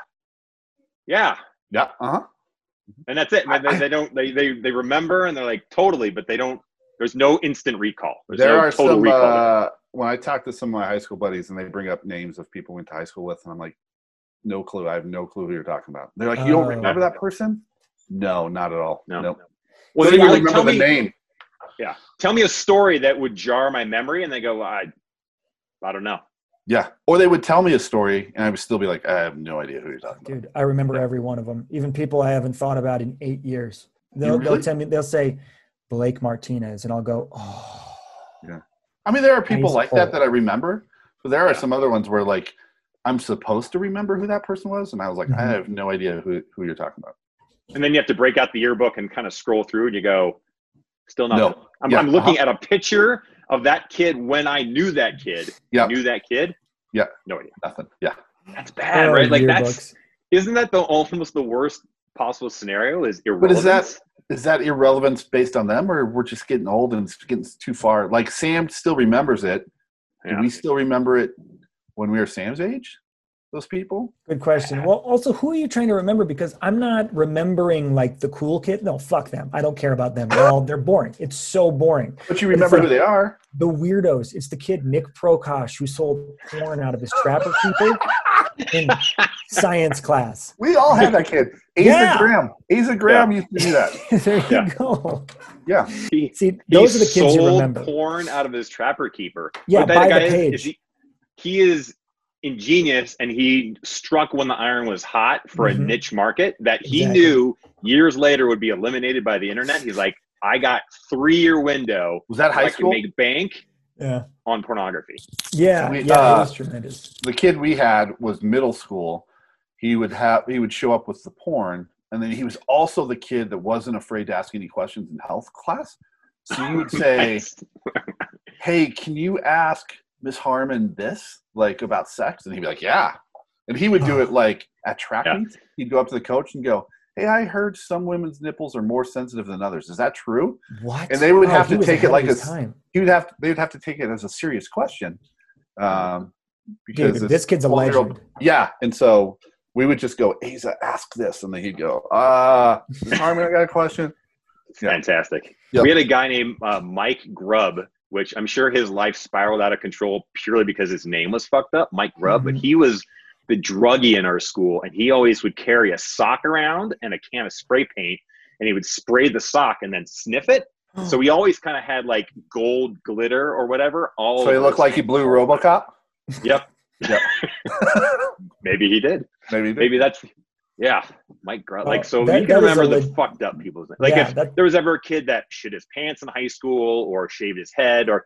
Speaker 1: yeah,"
Speaker 2: yeah, uh huh.
Speaker 1: and that's it. And they, they don't they, they they remember and they're like totally, but they don't There's no instant recall. There's
Speaker 2: there
Speaker 1: no
Speaker 2: are
Speaker 1: total
Speaker 2: some.
Speaker 1: recall.
Speaker 2: Uh, when I talk to some of my high school buddies and they bring up names of people we went to high school with, and I'm like, no clue. I have no clue who you're talking about. They're like, you
Speaker 3: Oh.
Speaker 2: don't remember that person? No, not at all.
Speaker 1: No.
Speaker 2: No.
Speaker 1: well,
Speaker 2: Don't
Speaker 1: then
Speaker 2: even
Speaker 1: you're like,
Speaker 2: remember
Speaker 1: tell
Speaker 2: the
Speaker 1: me,
Speaker 2: name.
Speaker 1: tell me a story that would jar my memory, and they go, I, I don't know.
Speaker 2: Yeah. Or they would tell me a story, and I would still be like, I have no idea who you're talking about.
Speaker 3: Dude, I remember every one of them, even people I haven't thought about in eight years. They'll, they'll
Speaker 2: really?
Speaker 3: tell me, they'll say Blake Martinez, and I'll go, oh,
Speaker 2: I mean, there are people
Speaker 3: Nice
Speaker 2: like
Speaker 3: pull.
Speaker 2: that that I remember, but there are
Speaker 1: Yeah.
Speaker 2: some other ones where like I'm supposed to remember who that person was, and I was like, I
Speaker 3: Mhm.
Speaker 2: have no idea who who you're talking about.
Speaker 1: And then you have to break out the yearbook and kind of scroll through, and you go, still nothing.
Speaker 2: No.
Speaker 1: I'm,
Speaker 2: Yeah, Uh-huh.
Speaker 1: I'm looking at a picture of that kid when I knew that kid.
Speaker 2: Yeah.
Speaker 1: Knew that kid.
Speaker 2: Yeah.
Speaker 1: No idea.
Speaker 2: Nothing. Yeah.
Speaker 1: That's bad,
Speaker 3: oh,
Speaker 1: Ah, right? Like that's
Speaker 3: yearbooks."
Speaker 1: isn't that the almost the worst possible scenario is
Speaker 2: But
Speaker 1: irrelevant.
Speaker 2: is that- Is that irrelevance based on them, or we're just getting old and it's getting too far? Like Sam still remembers it.
Speaker 1: Yeah.
Speaker 2: Do we still remember it when we were Sam's age? Those people.
Speaker 3: Good question. Well, also, who are you trying to remember? Because I'm not remembering like the cool kid. No, fuck them. I don't care about them. They're all they're boring. It's so boring.
Speaker 2: But you
Speaker 3: But it's
Speaker 2: remember who
Speaker 3: like-
Speaker 2: they are.
Speaker 3: The weirdos. It's the kid Nick Prokosh who sold porn out of his trapper keeper
Speaker 1: [LAUGHS]
Speaker 3: in science class. [LAUGHS]
Speaker 2: We all had that kid. Asa
Speaker 3: Yeah.
Speaker 2: Graham. Asa Graham used to do that.
Speaker 3: there you
Speaker 1: Yeah.
Speaker 3: go.
Speaker 2: Yeah.
Speaker 1: He-
Speaker 3: See,
Speaker 1: he
Speaker 3: those are the kids you
Speaker 1: sold
Speaker 3: remember.
Speaker 1: Porn out of his trapper keeper.
Speaker 3: Yeah,
Speaker 1: But
Speaker 3: by the
Speaker 1: is-
Speaker 3: page.
Speaker 1: is he, he is ingenious, and he struck when the iron was hot for a
Speaker 3: Mhm.
Speaker 1: niche market that he
Speaker 3: Exactly.
Speaker 1: knew years later would be eliminated by the internet. He's like, I got three year window.
Speaker 2: Was
Speaker 3: [LAUGHS]
Speaker 2: that
Speaker 1: where I
Speaker 2: high
Speaker 1: can
Speaker 2: school?
Speaker 1: make bank
Speaker 3: Yeah,
Speaker 1: on pornography.
Speaker 3: yeah,
Speaker 2: We-
Speaker 3: yeah.
Speaker 2: uh,
Speaker 3: it was tremendous.
Speaker 2: the kid we had was middle school. He would have he would show up with the porn, and then he was also the kid that wasn't afraid to ask any questions in health class. So you
Speaker 3: [LAUGHS]
Speaker 2: would say, "Hey, can you ask Miss Harmon this, like about sex?" And he'd be like, "Yeah," and he would do it like at track
Speaker 1: Yeah.
Speaker 2: meets. He'd go up to the coach and go. Hey, I heard some women's nipples are more sensitive than others. Is that true?
Speaker 3: What?
Speaker 2: and they would have
Speaker 3: he
Speaker 2: to
Speaker 3: was
Speaker 2: take it
Speaker 3: ahead
Speaker 2: like
Speaker 3: of his
Speaker 2: a-
Speaker 3: time.
Speaker 2: He would have they would have to take it as a serious question. Um, because
Speaker 3: Dude,
Speaker 2: it's-
Speaker 3: this kid's a
Speaker 2: 12-year-old
Speaker 3: legend.
Speaker 2: Yeah, and so we would just go, Asa, ask this, and then he'd go, Ah, uh, Harmon, I got a question. Yeah.
Speaker 1: Fantastic.
Speaker 2: Yep.
Speaker 1: We had a guy named uh, Mike Grubb, which I'm sure his life spiraled out of control purely because his name was fucked up, Mike Grubb. But
Speaker 3: Mm-hmm.
Speaker 1: he was the druggie in our school, and he always would carry a sock around and a can of spray paint, and he would spray the sock and then sniff it. So we always kind of had like gold glitter or whatever. All
Speaker 2: So he looked like he blew RoboCop.
Speaker 1: maybe he did.
Speaker 2: Maybe,
Speaker 1: Maybe that's yeah, Mike Grubb.
Speaker 3: Oh,
Speaker 1: like so,
Speaker 3: that-
Speaker 1: you
Speaker 3: that
Speaker 1: can
Speaker 3: is
Speaker 1: remember
Speaker 3: a
Speaker 1: the
Speaker 3: leg-
Speaker 1: fucked up people's names. Like
Speaker 3: yeah,
Speaker 1: if
Speaker 3: that,
Speaker 1: there was ever a kid that shit his pants in high school or shaved his head or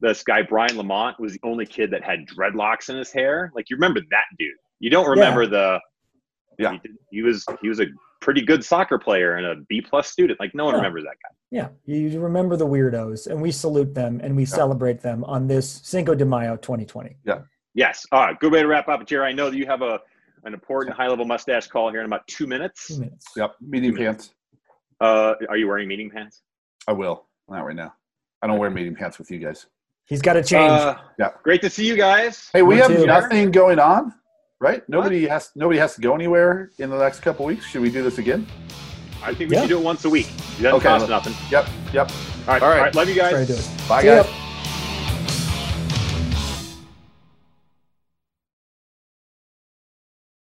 Speaker 1: this guy Brian Lamont was the only kid that had dreadlocks in his hair. Like you remember that dude. You don't remember the
Speaker 2: Yeah.
Speaker 1: He, did- he was he was a pretty good soccer player and a B plus student. Like no one
Speaker 3: Yeah.
Speaker 1: remembers that guy.
Speaker 3: yeah, you remember the weirdos, and we salute them and we celebrate them on this Cinco de Mayo 2020.
Speaker 1: Yes. All right. Good way to wrap up, Jerry. I know that you have a an important high level mustache call here in about two
Speaker 3: Two
Speaker 2: Mm-hmm.
Speaker 1: minutes.
Speaker 3: minutes.
Speaker 2: Yep, meeting pants.
Speaker 1: Uh, are you wearing meeting pants?
Speaker 2: I will. Not right now. I don't wear meeting pants with you guys.
Speaker 3: He's got to change.
Speaker 1: Uh,
Speaker 2: Yeah.
Speaker 1: Great to see you guys.
Speaker 2: Hey, we
Speaker 3: Me
Speaker 2: have
Speaker 3: too.
Speaker 2: nothing going on, right? Nobody has nobody has to go anywhere in the next couple weeks. Should we do this again?
Speaker 1: I think we
Speaker 3: Yeah.
Speaker 1: should do it once a week. It doesn't
Speaker 2: Okay.
Speaker 1: cost nothing.
Speaker 2: Yep, yep.
Speaker 1: All right. All
Speaker 2: All
Speaker 1: right.
Speaker 2: right.
Speaker 1: Love you guys.
Speaker 3: Try to do it.
Speaker 2: Bye,
Speaker 3: See ya.
Speaker 2: guys.